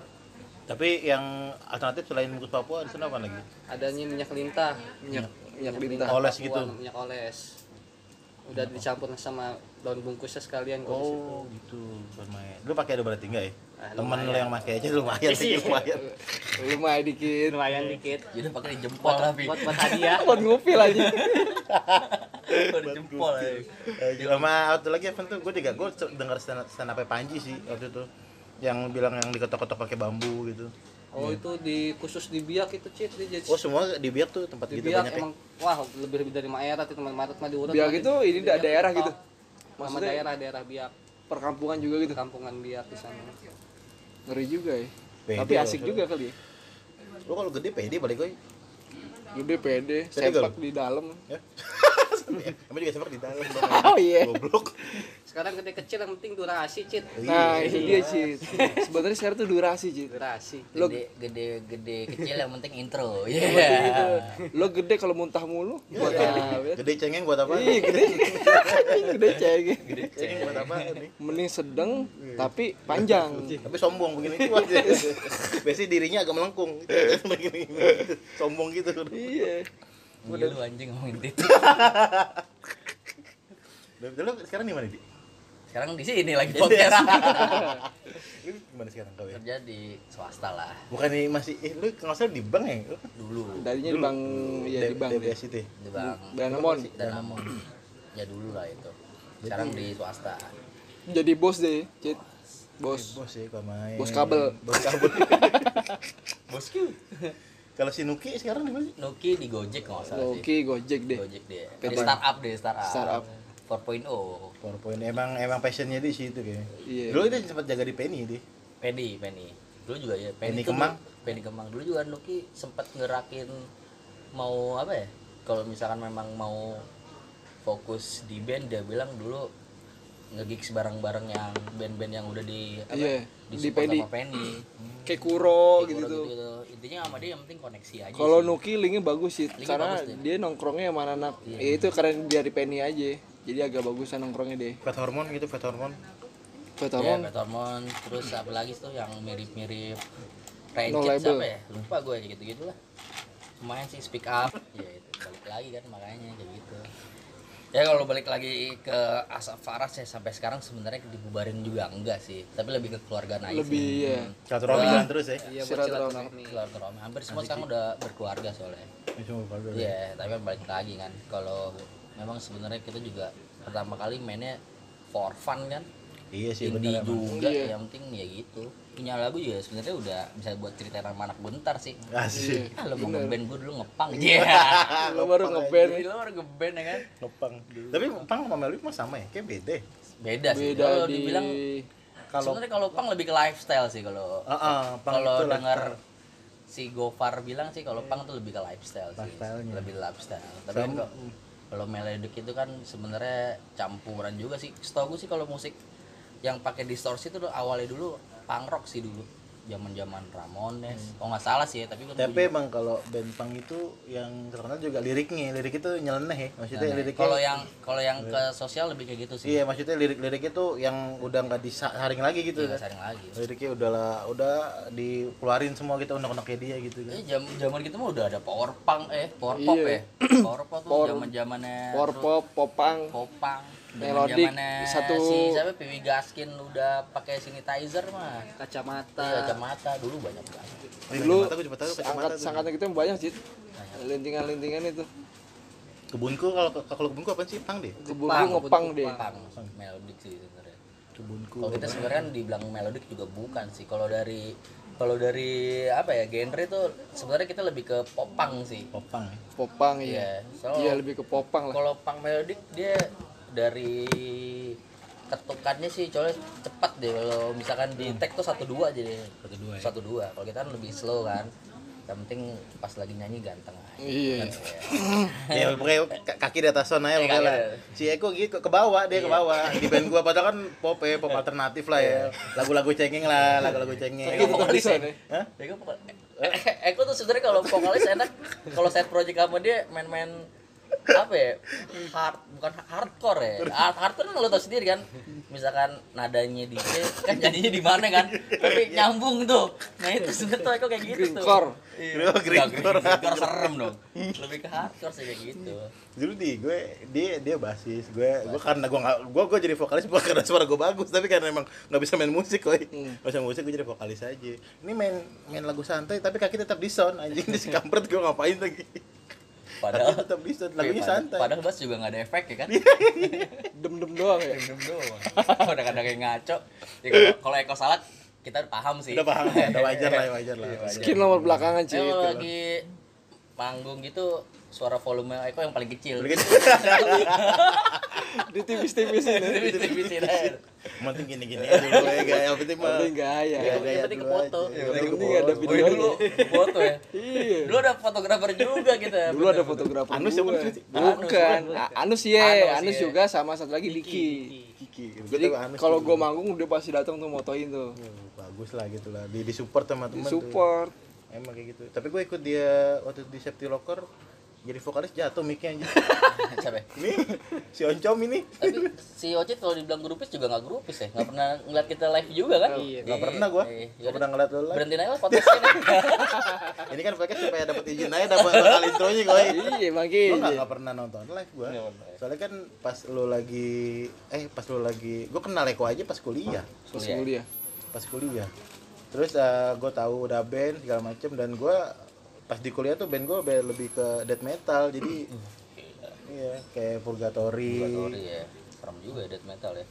tapi yang alternatif selain bungkus papua di sana apa lagi adanya minyak lintah Minyak minyak lintah. oles gitu Buang minyak oles udah dicampur sama daun bungkusnya sekalian gua di situ. Oh gitu, lumayan. Lu pakai double tiga ya? Ah, Iya. Temen lu yang pakai aja lumayan sih, lumayan. lumayan dikit lumayan dikit Jadi pakai di jempol tapi buat buat hadiah buat ngupil aja Pakai di jempol ya. Eh, Sama waktu lagi apa tuh? Gue juga gue denger stand stand up Panji sih waktu itu yang bilang yang diketok-ketok pakai bambu gitu. oh itu di khusus di biak itu cit di Oh semua di biak tuh tempat di gitu biak banyak ya? emang wah lebih lebih dari maerat itu maerat mah diurut biar mah gitu ini da- Biak daerah ketok. gitu nama Maksudnya- daerah daerah biak perkampungan juga gitu kampungan biak di sana ngeri juga ya Pede tapi asik loh. juga kali ya Lu kalau gede pede balik gue. gede pede Pede gak sepak di dalam Ya. Emang juga sepak di dalam. oh iya Goblok. sekarang gede kecil yang penting durasi cit nah itu dia sih sebenarnya sekarang tuh durasi sih durasi Lo- Gede, gede, gede, kecil yang penting intro. Iya. Gitu. lo gede kalau muntah mulu buat Iya. apa Gede cengeng buat apa? Iya, gede gede cengeng Cengeng buat apa nih? mending sedang tapi panjang Tapi sombong begini kuat ya. Biasanya dirinya agak melengkung. Begini, sombong gitu. iya Gila lu anjing ngomongin itu. Lu sekarang di mana, Di? Sekarang di sini lagi podcast. Lu gimana sekarang kau ya? Kerja di swasta lah Bukan di masih eh lu kalau nggak salah di bank ya? Lu? dulu tadinya di bank ya di D- bank deh. DBS itu. ya? di bank Danamon Danamon. Ya dulu lah itu. Sekarang di swasta. jadi bos deh Cit bos Bos sih kalau main. Bos kabel. Bos kabel. Bosku. Kalau si Nuki sekarang di mana? sih? Nuki di Gojek nggak salah sih. oke gojek deh Gojek dia. Di startup deh, startup. oh, Startup. 4.0. PowerPoint emang emang passionnya di situ kayaknya. Iya. Dulu itu sempat jaga di Penny di. Penny, Penny. Dulu juga ya Penny Penny, tuh Kemang. dulu- Penny Kemang dulu juga Nuki sempat ngerakin mau apa ya? Kalau misalkan memang mau fokus di band dia bilang dulu nge-gigs bareng-bareng yang band-band yang udah di apa? Iya, di, di support Penny. sama Penny. kayak kuro gitu Kalau tuh gitu, intinya sama dia yang penting koneksi aja kalau sih. Nuki linknya bagus sih Linknya karena bagus deh. dia nongkrongnya sama anak ya itu karena dia di Penny aja jadi agak bagusan nongkrongnya deh Fat hormon gitu, fat hormon. ya, pertama Bad Hormone, terus apa lagi tuh yang mirip-mirip Rancid No Label. siapa ya lupa gue aja gitu gitu lah lumayan sih speak up ya itu balik lagi kan makanya kayak gitu ya kalau balik lagi ke Asap Faras ya sampai sekarang sebenarnya dibubarin juga enggak sih tapi lebih ke keluarga naik lebih sih. ya Satu romi jalan terus ya. iya buat silaturahmi silaturahmi keluarga Romi. hampir semua sekarang udah berkeluarga soalnya Ini cuma kabel. ya. Iya, tapi kan balik lagi kan. Kalau memang sebenarnya kita juga pertama kali mainnya for fun kan. Iya sih Indie benar. juga, Iya. yang penting ya gitu. Punya lagu juga sebenarnya udah bisa buat cerita sama anak bentar sih. Asih. Ah, lo mau ngeband gue dulu ngepang. Iya. lo baru ngeband Jadi lo baru ngeband ya kan. Ngepang. Tapi pang sama Melody mah sama ya, kayak beda. ya. Beda sih. beda Kalau di dibilang Kalau sebenarnya kalau pang lebih ke lifestyle sih kalau Ah, ah, punk kalau itu dengar si Gofar bilang sih kalau pang tuh lebih ke lifestyle sih Lifestyle-nya. hmm. lebih lifestyle tapi kan kok- kalau melodic itu kan sebenarnya campuran juga sih setahu gue sih kalau musik yang pakai distorsi itu awalnya dulu punk rock sih dulu zaman zaman Hmm. Ramones oh nggak salah sih ya tapi kan tapi emang kalau band punk itu yang terkenal juga liriknya, lirik itu nyeleneh ya. Maksudnya liriknya kalau yang kalau yang ke sosial lebih kayak gitu sih Iya, maksudnya lirik-liriknya tuh yang udah nggak disaring lagi gitu nggak kan. saring lagi Liriknya udah lah, udah dikeluarin semua gitu undang-undangnya dia gitu kan. Eh, jam zaman gitu mah udah ada power punk eh power pop ya. Power pop tuh zaman zamannya power pop popang Kopang Melodic, Zaman-zamannya satu- si siapa Piwi Gaskin udah pakai sanitizer mah Iya, kacamata Nah. kacamata dulu banyak banget dulu Kacamata gua cepet tahu kacamata angkat tuh. angkatan kita banyak sih lintingan-lintingan itu Kebunku kalau kalau kebunku apa sih pang deh? kebun gua ngepang deh pang melodic sih sebenarnya Kebunku. kalau kita sebenarnya kan dibilang melodic juga bukan sih kalau dari kalau dari apa ya genre itu sebenarnya kita lebih ke popang sih Popang ya. popang ya Iya, so- iya lebih ke popang lah kalau pang melodic dia dari ketukannya sih soalnya cepat deh kalau misalkan di tag tuh satu dua aja deh satu dua satu dua kalau kita kan lebih slow kan yang penting pas lagi nyanyi ganteng aja iya ya pokoknya k- kaki di atas zona ya pokoknya lah. si Eko gitu ke bawah dia ke bawah di band gua padahal kan pop ya pop alternatif lah ya lagu-lagu cengeng lah lagu-lagu cengeng vokalis ya Hah? Eko eh, vokal- Eh, eh, Eko tuh sebenarnya kalau vokalis enak kalau set project sama dia main-main apa ya hard bukan hardcore ya hard hardcore kan lo tau sendiri kan misalkan nadanya di C kan jadinya di mana kan Iya. tapi nyambung tuh nah itu sebetulnya kok kayak gitu tuh Grindcore. Iya. Nggak, Grindcore. grindcore serem dong lebih ke hardcore sih kayak gitu Dulu di gue dia dia basis gue gue karena gue nggak gue gue jadi vokalis bukan karena suara gue bagus tapi karena emang nggak bisa main musik koi Hmm. nggak bisa musik gue jadi vokalis aja ini main main lagu santai tapi kaki tetap di sound anjing di si kampret gue ngapain lagi padahal Iya, Tapi tetap bisa, lagunya santai. Iya. padahal bass juga nggak ada efek ya kan dem dem doang ya minum doang kadang-kadang kayak ngaco ya kalau- kalau Eko salah kita udah paham sih udah paham ya, udah wajar lah wajar lah Iya, wajar. mungkin nomor belakangan Saya Iya, sih gitu. kalau lagi panggung gitu suara volume Eko yang paling kecil. Paling ditipis-tipisin ya Tipis-tipisin Iya, aja. Yang penting gini gini aja dulu ya gak yang penting mah paling gaya Yang penting- yang penting ke foto. Yang penting penting ya. nggak ada ada Boy dulu foto ya. iya Dulu ada fotografer juga gitu. kita. dulu ada fotografer Anus gue. siapa namanya sih? bukan A- Anus, Anus ya Anus iya. juga sama satu lagi Diki Kiki jadi kalau gue manggung udah pasti datang tuh motoin tuh bagus lah gitu lah di di support sama teman support emang kayak gitu tapi gue ikut dia waktu di safety locker jadi vokalis jatuh mic-nya anjing Siapa ya? ini si oncom ini Tapi si Ocit kalau dibilang grupis juga nggak grupis ya. Nggak pernah ngeliat kita live juga kan? Iya. nggak pernah gue nggak pernah ngeliat lo live Berhentiin aja lah podcastnya. nih. ini kan pakai supaya dapat izin aja dapat bakal intronya gue iya gue makin nggak nggak pernah nonton live gue Iya, soalnya kan pas lo lagi eh pas lo lagi gue kenal Eko aja pas kuliah pas kuliah pas kuliah terus gue tahu udah band segala macem dan gue pas di kuliah tuh band gue lebih ke death metal jadi iya kayak purgatory, Sorry ya. Serem juga ya death metal ya.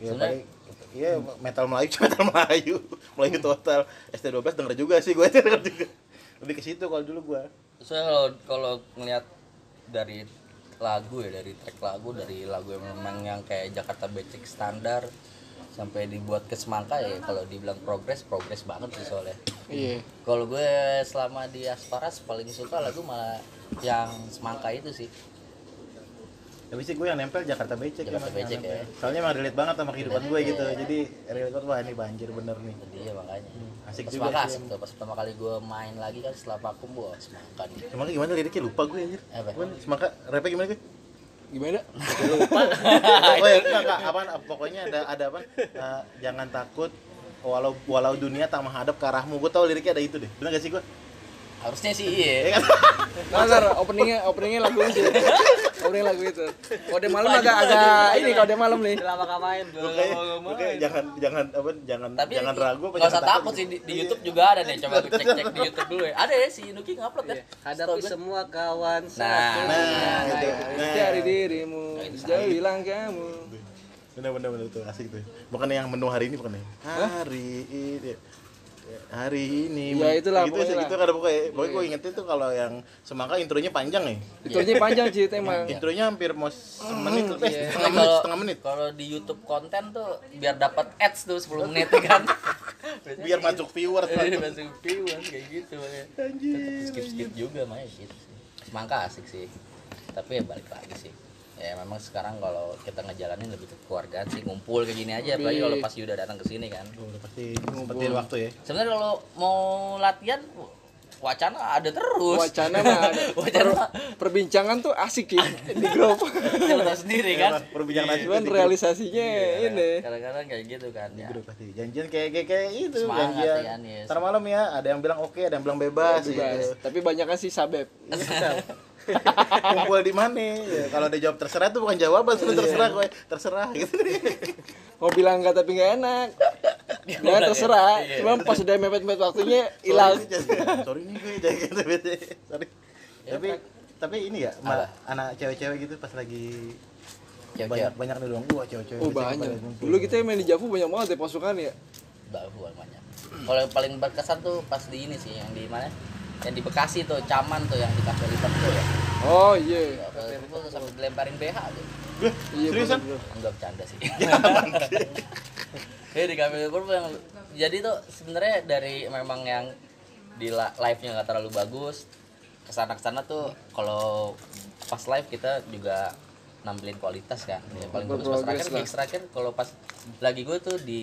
ya Sebenarnya- paling iya metal Melayu metal Melayu Melayu total ST12 denger juga sih gue denger juga lebih ke situ kalau dulu gue Saya kalau kalau ngelihat dari lagu ya dari track lagu dari lagu yang memang yang kayak Jakarta Becek standar sampai dibuat ke semangka ya kalau dibilang progres progres banget sih soalnya. iya Kalau gue selama di Asparas paling suka lagu malah yang semangka itu sih. tapi sih gue yang nempel Jakarta Becek Jakarta emang Becek yang ya. nempel. soalnya emang relate banget sama kehidupan gue gitu jadi relate banget wah ini banjir bener nih Jadi ya makanya. Asik pas juga Semangka sih asik tuh. Pas pertama kali gue main lagi kan setelah vakum gue semangka nih. Semangka gimana liriknya lupa gue anjir. Apa? Cuman semangka rapnya gimana gue? gimana oh ya, enggak, enggak, apaan, apa- pokoknya ada ada apa? eh, jangan takut walau walau dunia tak menghadap ke arahmu. Gue tau liriknya ada itu deh. Benar gak sih gue? Harusnya sih Eh, iya. Ntar openingnya openingnya lagu itu opening lagu itu kode malam agak agak ini kode malam nih Lama gak main Gue kayak, gua kayak jangan jangan apa jangan tapi jangan Iya. ragu apa nggak usah takut sih di, di YouTube juga ada nih coba lu cek cek di YouTube dulu ya ada ya si Nuki ngupload ya Hadapi semua kawan nah, satu. Nah, itu. cari dirimu jauhilah kamu Bener bener bener tuh asik tuh. Bukan yang menu hari ini bukan ya? Hari ini hari ini Ya, itulah gitu, pokoknya gitu ada pokoknya pokoknya Iya. gue ingetin tuh kalau yang semangka intronya panjang ya itunya panjang sih emang intronya hampir mau semenit Hmm, eh setengah menit iya. kalau setengah menit kalau di YouTube konten tuh biar dapat ads tuh 10 menit ya kan biar masuk viewers Jadi masuk viewers kayak gitu ya skip skip juga mah gitu sih semangka asik sih tapi ya balik lagi sih ya memang sekarang kalau kita ngejalanin lebih ke keluargaan sih ngumpul kayak gini aja apalagi Iya. kalau pas Yuda datang ke sini kan udah pasti sempetin waktu ya sebenarnya kalau mau latihan wacana ada terus wacana mah ada. wacana Iya, mah perbincangan tuh asik ya di grup lo tau sendiri kan perbincangan asik cuman tuh di grup. realisasinya ini Iya. kadang-kadang kayak gitu kan ya Di grup pasti janjian kayak kayak, kayak itu Semangat, janjian Ian, yes. ntar malam ya ada yang bilang oke ada yang bilang bebas, bebas gitu. tapi banyaknya sih sabep kumpul di mana ya, kalau ada jawab terserah itu bukan jawaban sudah Iya. terserah gue terserah gitu mau bilang enggak tapi nggak enak ya terserah cuman pas udah mepet-mepet waktunya hilang Sorry, ini- sorry nih gue jadi gitu bete. sorry Ya, tapi tapi ini ya malah anak cewek-cewek gitu pas lagi Cewek-cewek. banyak banyak nih doang wah cewek-cewek oh cewek banyak pada ngumpul. dulu kita main di Javu banyak banget ya pasukan ya baru banyak kalau yang paling berkesan tuh pas di ini sih yang di mana yang di Bekasi tuh caman tuh yang di kafe Liverpool ya oh iya Kafe Liverpool tuh sampai dilemparin BH tuh Gue, iya seriusan bener-bener. enggak bercanda sih ya di kafe Liverpool tuh yang jadi tuh sebenarnya dari memang yang di la- live-nya nggak terlalu bagus kesana kesana tuh kalau pas live kita juga nampilin kualitas kan yang paling bagus pas terakhir gigs terakhir kalau pas lagi gue tuh di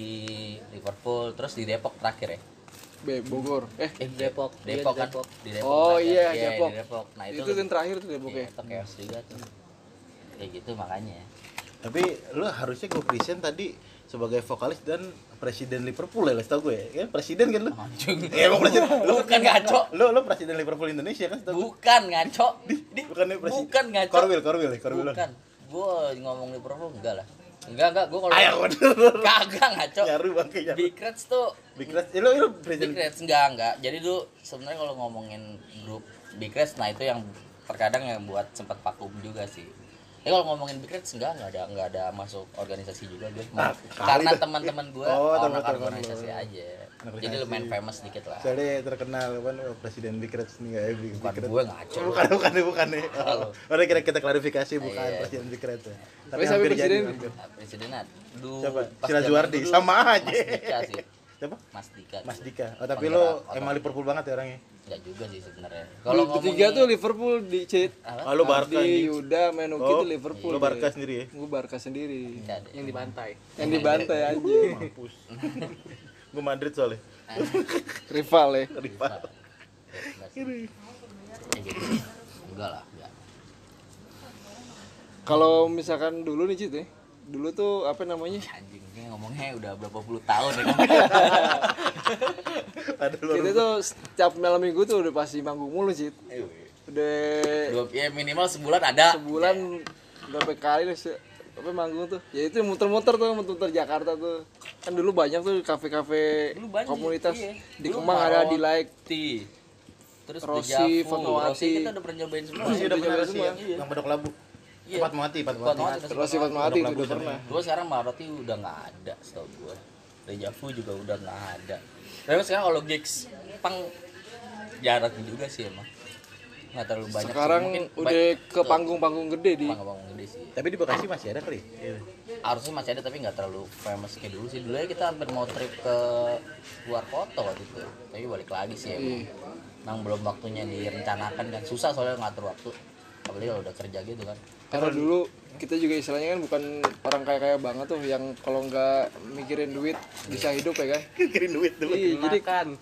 Liverpool terus di Depok terakhir ya B Bogor. Eh, Eh, Depok. Dia Depok di kan? Depok. Di Depok. Oh, kan? iya, Iya, Depok. Di Depok. Nah, itu, itu, yang terakhir tuh Depok Iya, ya. itu chaos juga tuh. Kayak gitu makanya. Tapi lu harusnya gue present tadi sebagai vokalis dan presiden Liverpool ya, setahu gue. Ya, presiden kan lu? Anjing. Ya, Eh, emang presiden. Lu Bukan ngaco. Lu lu presiden Liverpool Indonesia kan setahu gue. Bukan ngaco. Di, Bukan lu presiden. Bukan ngaco. Korwil, Korwil, ya, Korwil. Bukan. Gue ngomong Liverpool enggak lah. Enggak, enggak. Gue kalau Ayo, bener. kagak ngaco. Nyaru bangke nyaru. Big Reds tuh Big Red. Eh, Lu lu presiden. Big Reds enggak enggak. Jadi dulu sebenarnya kalau ngomongin grup Big Reds nah itu yang terkadang yang buat sempat vakum juga sih. Ya kalau ngomongin Big Reds enggak enggak ada enggak ada masuk organisasi juga gue. Nah, karena kali dah. teman-teman gue Oh, orang teman-teman lu. organisasi aja. Jadi Anak organisasi. lumayan famous dikit lah. Soalnya terkenal kan oh, presiden Big Red nih enggak ya Big Bukan Big Red. gue ngaco. Bukan, bukan, bukan nih. Halo. Oh, udah kita kita klarifikasi bukan Iya. presiden Big Red. ya. Tapi sampai hampir presiden- jadi, hampir. Nah, Presiden aduh. Siapa? pas Sila zaman Juwardi, dulu, sama Mas aja. Dika Iya, sih. Siapa? Mas Dika. Mas dulu. Dika. Oh, tapi Penggerak lo otak. emang Liverpool banget ya orangnya. enggak juga sih sebenarnya. Kalau bertiga ngomongin- tuh Liverpool di Cid. Apa? Ah, lu Barca Ardi, anjing. Yuda, Menuki Oh, itu Liverpool. Lu Barca Ya. sendiri ya? Gue Barca sendiri. Enggak ada. ya, yang dibantai. Yang dibantai anjing. Mampus. gue Madrid soalnya. Rival ya. Rival. Nah. Enggak sih. Ya gitu. Enggak lah, enggak. Kalau misalkan dulu nih Cid ya. Dulu tuh apa namanya? anjing ini ngomongnya udah berapa puluh tahun ya kan? Ada lu. Kita tuh setiap malam minggu tuh udah pasti manggung mulu Cid. Udah dua ya minimal sebulan ada sebulan berapa kali deh se- apa manggung tuh. Ya itu muter-muter tuh, muter-muter Jakarta tuh. Kan dulu banyak tuh kafe-kafe Dulu banyak, komunitas iya. di Dulu Kemang Marawat. ada di like Ti. terus Rossi, Dejavu. Fatmawati. Rossi kita udah pernah nyobain semua Masih udah Iya, pernah iya, sih iya. ya. Yang Pondok Labu. Iya. Tempat Mati, tempat Fatmawati, Mati. terus Terus Fatmawati. Fatmawati itu Lagu udah sana. pernah. Gue sekarang Marotti udah nggak ada setahu gue. Dejavu juga udah nggak ada. Tapi sekarang kalau gigs pang jarak juga sih emang. Nggak terlalu banyak. sih. Sekarang Mungkin udah baik- ke panggung-panggung gede di panggung-panggung gede sih. Tapi di Bekasi masih ada kali. Iya. Harusnya masih ada tapi nggak terlalu famous kayak dulu sih. Dulu aja kita hampir mau trip ke luar kota waktu itu. Tapi balik lagi sih emang. Emang belum waktunya direncanakan kan susah soalnya ngatur waktu. Apalagi kalau udah kerja gitu kan. Karena dulu kita juga istilahnya kan bukan orang kaya-kaya banget tuh yang kalau nggak mikirin duit bisa hidup ya guys. Kirim duit dulu. Iya, jadi kan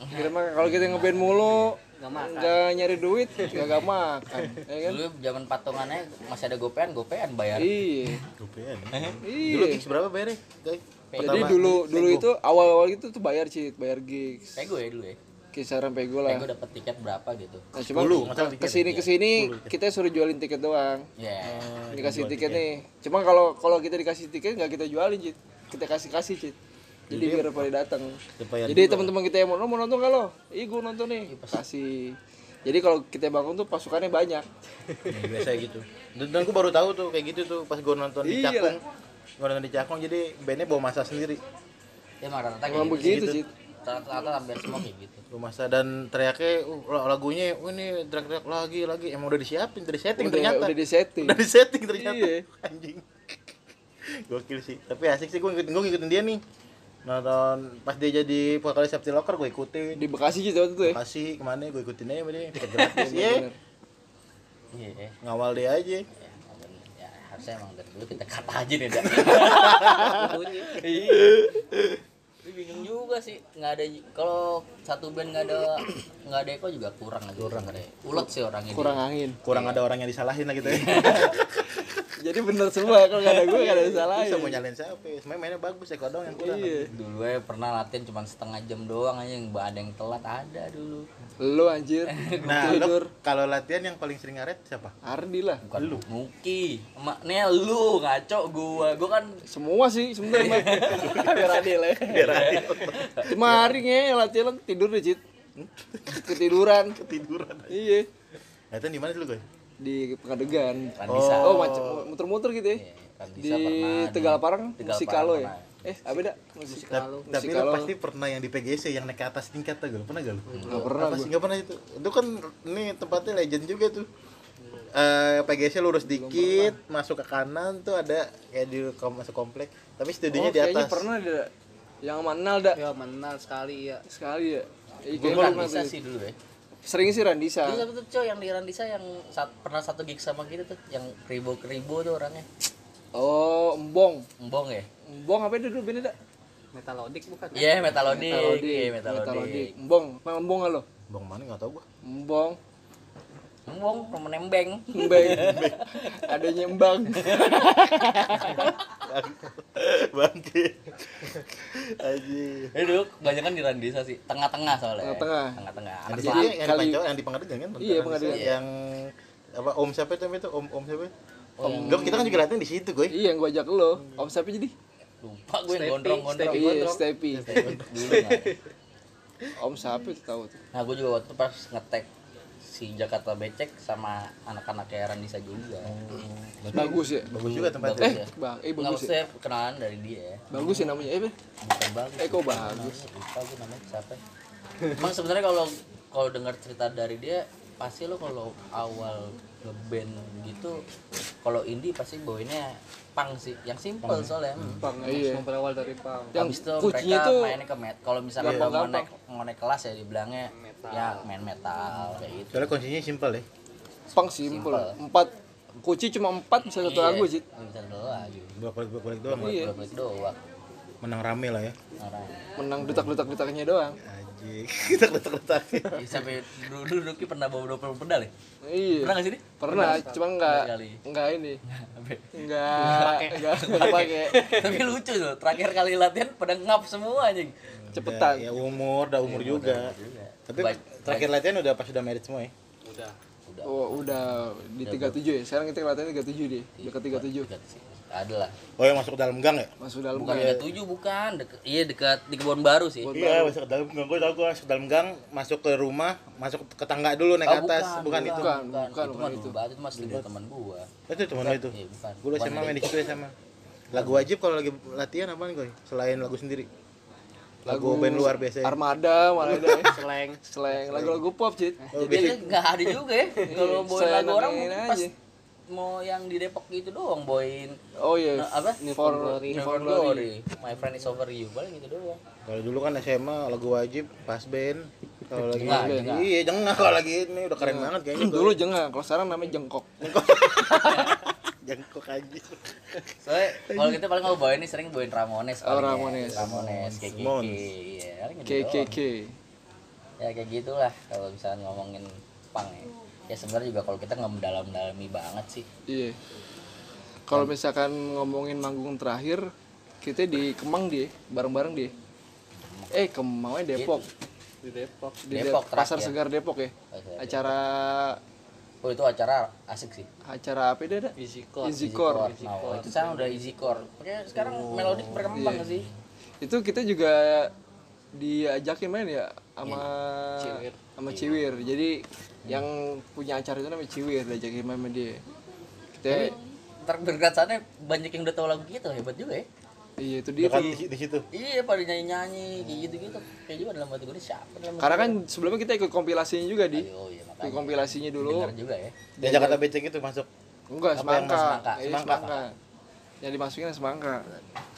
kalau kita ngeband mulu nggak nyari duit nggak nggak makan, ya kan? Dulu zaman patungannya masih ada gopean, gopean bayar. Iya. Rupiah. Dulu Iya. gigs Nah, berapa bayarnya? Guys? Jadi Pertama, Nah, dulu dulu Lego. itu awal-awal itu tuh bayar cit, bayar gigs, Pego ya dulu ya. kisaran pego lah. Pego dapat tiket berapa gitu. Nah, cuma masalah tiket. kesini kesini kita suruh jualin tiket doang. Ya. Hmm. dikasih tiket, nih cuma kalau kalau kita dikasih tiket nggak kita jualin cit kita kasih kasih cit jadi biar pada datang Supaya jadi teman-teman kita yang mau "Lo mau nonton nggak lo iya gue nonton nih kasih jadi kalau kita bangun tuh pasukannya banyak Ya, biasa gitu. Dan, dan gue baru tahu tuh kayak gitu tuh pas gue nonton di Iya lah. Cakung. Gue nonton di Cakung jadi bandnya bawa masa sendiri. Ya emang rata-rata kayak emang gitu. begitu cit Rata-rata hampir semua kayak gitu. Bawa masa dan teriaknya uh, lagunya oh, ini teriak-teriak lagi lagi emang udah disiapin dari setting ternyata. udah, udah di setting Udah di setting ternyata. Iya. Anjing. Gokil sih. Tapi asik sih gue ngikutin, gua ngikutin dia nih. Nonton pas dia jadi vokalis Septi Locker gue ikutin. di Bekasi cit waktu itu ya Kasih kemana gue ikutin aja sama dia. Tiket gratis ya. Iya. ya. Ngawal dia aja. Ya, bener. ya harusnya emang dari dulu kita kata aja nih dah. Iya. Tapi bingung juga sih nggak ada kalau satu band nggak ada nggak ada Eko juga kurang aja kurang ulet sih orangnya dia. kurang angin Kurang ada orang yang disalahin lah gitu ya. jadi bener semua ya, kalau nggak ada gue nggak ada yang salah Bisa mau nyalain siapa? Semuanya mainnya bagus ya kodong yang kurang. iya dulu ya pernah latihan cuma setengah jam doang aja yang ada yang telat ada dulu lo anjir Nah, tidur lu kalau latihan yang paling sering ngaret siapa? Ardi lah bukan lu Muki maknya lu ngaco gua gua kan semua sih sebenarnya Mak. biar adil ya biar adil cuma hari nge latihan lo tidur deh cit ketiduran Ketiduran. iya Latihan di mana dulu gue? di Pekadegan kan bisa oh macam muter-muter gitu ya kan di bisa pernah di Tegal Parang Tegal musik Parang kalau ya pernah. eh apa dah musik kalau Tapi lu pasti pernah yang di PGC yang naik ke atas tingkat tuh, gue pernah gak lu? nggak pernah Apa sih nggak pernah itu? Itu kan ini tempatnya legend juga tuh. Eh PGC lurus dikit, masuk ke kanan tuh ada kayak di kom- masuk komplek. Tapi oh, studionya di kayaknya atas. pernah ada yang mana dah Ya menang sekali ya. sekali ya Iya, gua kayaknya kan pernah bisa tuh. sih Iya. dulu ya sering sih Randisa Dulu satu tuh cow yang di Randisa yang saat, pernah satu gig sama kita tuh yang kribo kribo tuh orangnya oh embong embong ya embong apa itu dulu bini dah metalodik bukan kan? Iya, metalodik. Iya, Metalodik. metalodik. Embong, Emang embong nggak lo? Bang mana nggak tahu gua. Embong, Ngomong, menembeng. embeng, adanya embang. Bangke. Aji. Duduk, banyak kan di Randisa sih. Tengah-tengah soalnya. Tengah-tengah. Tengah-tengah. Yang Anak di sini selatan. yang di kali- Pancawang, yang di Pengadilan kan? Iya, Pengadilan. Yang apa Om siapa itu itu Om Om siapa? Om. Dok, kita kan juga latihan di situ, gue. Iya, yang gua ajak lo. Om siapa jadi? Lupa gue yang gondrong-gondrong. Iya, Stepi. Dulu nggak? Om siapa itu tahu tuh. Nah gue juga waktu itu pas ngetek si Jakarta Becek sama anak-anak kayak Randisa juga. Bagus ya. Bagus juga tempatnya. Eh, bang, eh Nggak bagus ya. maksudnya kenalan dari dia. Bagus ya namanya. Eh, Ben. Bukan bagus. Eh, kok bagus? Lupa gue namanya siapa. ya? Emang sebenarnya kalau kalau dengar cerita dari dia pasti lo kalau awal ngeband gitu kalau indie pasti bawainnya punk sih yang simple soalnya hmm. Pang, Iya. emang berawal dari pang. Habis Yang itu kuncinya mereka tuh mainnya ke metal. Kalau misalkan mau gampang-gampang. naik mau naik kelas ya dibilangnya ya main metal kayak gitu. Soalnya kuncinya simpel ya. Pang simple. Empat kuci cuma empat bisa Iya. satu lagu sih. Bisa dulu lagi. Bolak-balik bolak-balik doang. Iya. Bolak-balik gitu. doang. Menang rame lah ya. Orang. Menang detak-detak-detaknya doang. Aji. Kita letak-letak. Ih, Sampai dulu Ruki pernah bawa dua pedal ya? Iya. Pernah nggak sih? Di? Pernah, cuma enggak Pernah kali. enggak ini. Sampai- Enggak enggak enggak pakai. Tapi lucu tuh, terakhir kali latihan pada ngap semua anjing. Cepetan. Ya umur, udah umur juga. Tapi Baik- terakhir latihan udah pas udah married semua ya. Oh, udah di 37 ya. Sekarang kita latihan 37 deh. Dekat 37. Ada lah. Oh, yang masuk ke dalam gang ya? Masuk dalam Bukan kan. ada tujuh bukan, Dek- iya dekat di kebun baru sih. Iya, masuk ke dalam gang. Gue tau gue masuk ke dalam gang, masuk ke rumah, masuk ke tangga dulu naik Oh, ke atas. Bukan, itu. Bukan, bukan, itu bukan mah dulu banget, itu mas dulu teman gua. Itu teman lo itu. Iya, bukan. Gue sama main di situ ya sama. Lagu wajib kalau lagi latihan apaan gue? Selain lagu sendiri. Lagu, band luar biasa. ya? Armada malah ada ya. Slang. Slang lagu-lagu pop, Cit. Oh, Jadi basic. nggak ada juga ya. Kalau bawain saya lagu orang nanyain mungkin pas aja. mau yang di Depok gitu doang bawain Oh iya. Nah, apa? New for Glory. New for Glory. My friend is over you, paling gitu doang. Kalau dulu kan SMA lagu wajib pas band. Kalau lagi Jengah, jengah. iya jengah kalau lagi ini udah keren banget kayaknya. Dulu jengah, kalau sekarang namanya jengkok. jengkok aja. Soalnya kalau kita paling kalau bawain ini sering bawain Ramones. Oh, paling ya. Ramones. Ramones, KKK. Ramones. Iya, paling gitu doang. KKK. Ya kayak gitulah kalau misalnya ngomongin pang ya. Ya sebenarnya juga kalau kita nggak mendalam-dalami banget sih. Iya. Kan. Kalau misalkan ngomongin manggung terakhir, kita di Kemang dia, bareng-bareng dia. Eh, Kemangnya Depok. Di Depok. Di Depok Dep- Pasar terakhir. Segar Depok ya. Acara Oh itu acara asik sih. acara apa dia ada? Fisikor. Izikor. Nah, itu sekarang udah easy core. Pokoknya sekarang melodik berkembang Iya. sih. Itu kita juga diajakin main ya sama Iya, sama Ciwir. Jadi yang punya acara itu namanya Ciwir, diajakin main sama dia. Kita Ntar berkesannya banyak yang udah tahu lagu kita hebat juga ya. iya itu dia. Dekat tuh. di, di situ. Iya pada nyanyi nyanyi kayak gitu gitu. Kayak juga dalam hati gue ini siapa dalam hati Karena kan sebelumnya kita ikut kompilasinya juga di. gue? Oh iya Ikut makanya. kompilasinya dulu. Bener juga ya. Di Jakarta Becek itu masuk. Enggak, semangka. semangka? Iya, Semangka. Iya. semangka. Yang dimasukin semangka.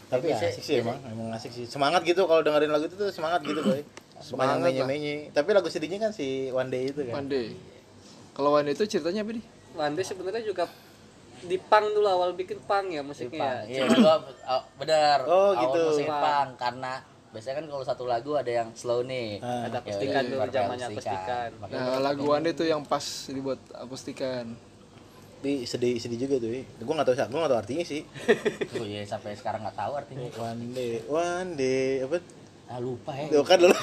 Tapi Iya, asik sih emang, emang asik sih. Semangat gitu kalau dengerin lagu itu tuh semangat gitu, Boy. Bukan yang Semangat lah. menye-menye. Tapi lagu sedihnya kan si One Day itu kan. Pandai. Kalau Wanda itu ceritanya apa nih? Wande sebenarnya juga di pang dulu awal bikin pang ya Pang. musiknya. Iya gua oh, bener. Oh, Awal gitu. musik pang karena biasanya kan kalau satu lagu ada yang slow nih. Ah. Ada akustikan dulu, pakai zamannya akustikan. Makanya Nah, lagu Wanda itu yang pas dibuat akustikan. Tapi sedih sedih juga tuh. Ya. Gue nggak tahu sih, gue nggak tahu artinya sih. itu ya sampai sekarang nggak tahu artinya. One day, one day, apa? Ah lupa ya. Tuh kan dulu.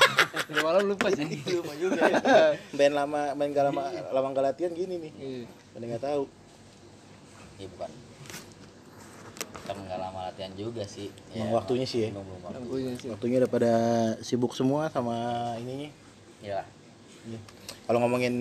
Udah malam lupa sih. Lupa juga. ya. Main lama, main gak lama, lama gak latihan gini nih. Iya. Pada nggak tahu. Iya bukan. Kita nggak lama latihan juga sih. Iya, Emang waktunya sih ya. Belum belum waktu. Lagunya sih. Waktunya udah pada sibuk semua sama ininya. Iya lah. Iya. Kalau ngomongin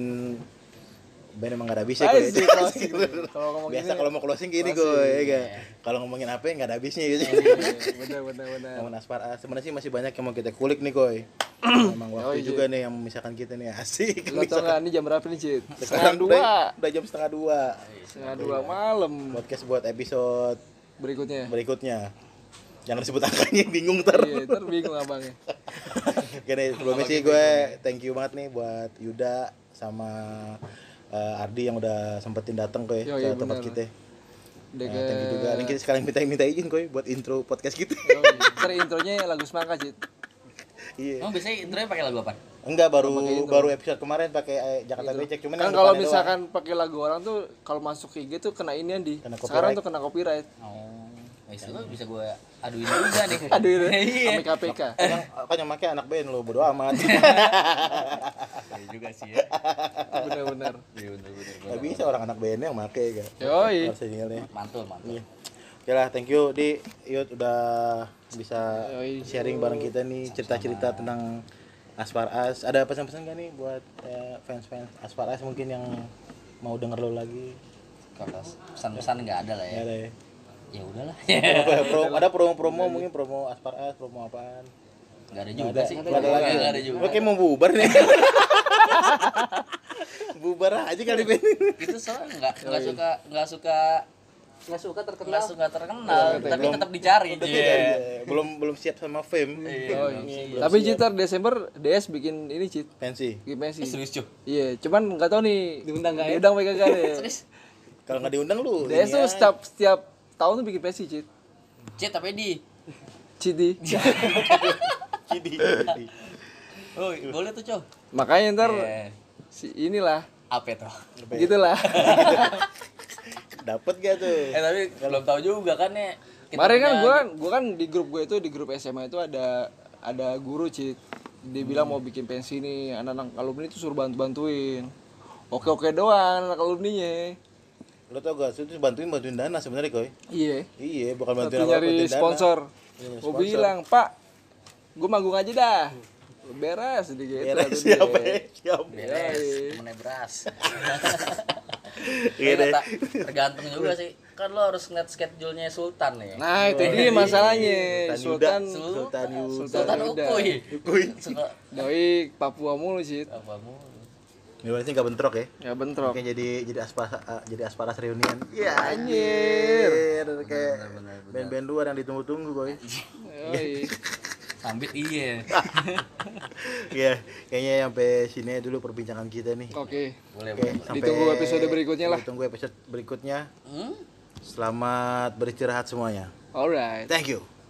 band emang gak ada habisnya Asik, gue. asik. Kalau ngomongin Biasa kalau mau closing gini gue, ya nggak? Kalau ngomongin apa yang gak ada habisnya gitu. Iya, Iya. Benar benar benar. Ngomongin aspar, ah, sebenarnya sih masih banyak yang mau kita kulik nih koi. Emang waktu iya. juga nih yang memisahkan kita nih asik. Lo tau kan? nggak ini jam berapa nih, Cit? Setengah Sekarang dua. udah, udah jam setengah dua. Setengah dua Iya. malam Podcast buat episode berikutnya. berikutnya. Jangan disebut angkanya bingung ter. Iya, ntar bingung abangnya. Gini, sebelumnya sih gue thank you banget nih buat Yuda sama eh, Ardi yang udah sempetin datang ke, Yo, ke iya, tempat bener. kita. Nah, thank you gitu juga. kan. Dan kita sekalian minta minta izin koi buat intro podcast kita. Ter intronya lagu semangka, Cit. Iya. Emang biasanya intronya pakai lagu apa? Enggak baru baru episode kemarin pakai eh, Jakarta Becek cuman Kan yang kalau depannya misalkan pakai lagu orang tuh kalau masuk IG tuh kena ini di. Kena copyright. Sekarang tuh kena copyright. Oh, istilah lu bisa gue aduin juga nih. Aduh, ini Iya. sama KPK. doang. Kan yang- kan yang make anak band lo bodo amat. Iya juga sih ya. Benar-benar. Iya bener-bener. Enggak bisa orang anak bandnya yang make kan. Yoi. Harus jinglenya. Mantul, mantul. Iya. Oke lah, thank you di Yud udah bisa Yoi. sharing bareng kita nih cerita-cerita tentang Aspar As. Ada pesan-pesan gak nih buat eh, fans-fans Aspar As mungkin yang mau denger lo lagi? Kalau pesan-pesan nggak ada lah ya. Gak ada ya? Ya udahlah. Apa ya, pro- ada promo-promo mungkin promo Aspar As, promo apaan? Nggak ada juga sih. Gak ada lagi. Nggak ada juga. Oke mau bubar nih. bubar aja kali Ben. Itu soalnya nggak nggak suka nggak suka nggak suka terkenal nggak suka terkenal, tapi belum- Iya, tetap dicari. Iya. belum belum siap sama fame. Iya. Tapi Cit ntar Desember DS bikin ini Cit. Pensi. Gimana sih? Eh, Serius cuy. Iya, cuman nggak tahu nih. Eh, Diundang nggak ya? Iya. Diundang mereka nggak deh. Kalau nggak diundang lu. DS ini tuh aja. setiap setiap tahun tuh bikin pensi Cit. Cek tapi di. Citi. Iya. Cidi. Oh, boleh tuh cuy. Makanya ntar Iya. si inilah Apa tuh? gitulah. Dapat gak Eh tuh? tapi belum tahu juga kan ya. Kita Kemarin kan punya- gue kan gua kan di grup gue itu di grup SMA itu ada ada guru Cit. Hmm. Dia bilang mau bikin pensi nih anak-anak alumni itu suruh bantu-bantuin. Oke-oke doang anak alumninya. Lo tau gak? Itu bantuin bantuin dana sebenarnya koy. Iya. Iya, bukan Tapi bantuin apa nyari sponsor. Iya, Gue bilang, "Pak, gue manggung aja dah." Beres gitu sedikit Beres siapa ya? Iya, Siapa? beres, temennya beras. Iya Iya deh. Tergantung juga sih. Kan lo harus ngeliat schedule-nya Sultan ya. Nah, itu dia masalahnya. Sultan Sultan Yuda. Sultan Yuda. Sultan Yuda. Ukuy. Kuy. Suka doi Papua mulu, Cit. apa mu? Ini berarti nggak bentrok ya? Ya bentrok. Oke jadi jadi asparas jadi asparas reunian. Iya anjir. Kayak band-band luar yang ditunggu-tunggu koy. Yoi. Sambit iya. Iya, kayaknya sampai sini aja dulu perbincangan kita nih. Oke. Boleh, Oke, boleh. sampai Ditunggu episode berikutnya lah. Ditunggu episode berikutnya. Hmm? Selamat beristirahat semuanya. Alright. Thank you.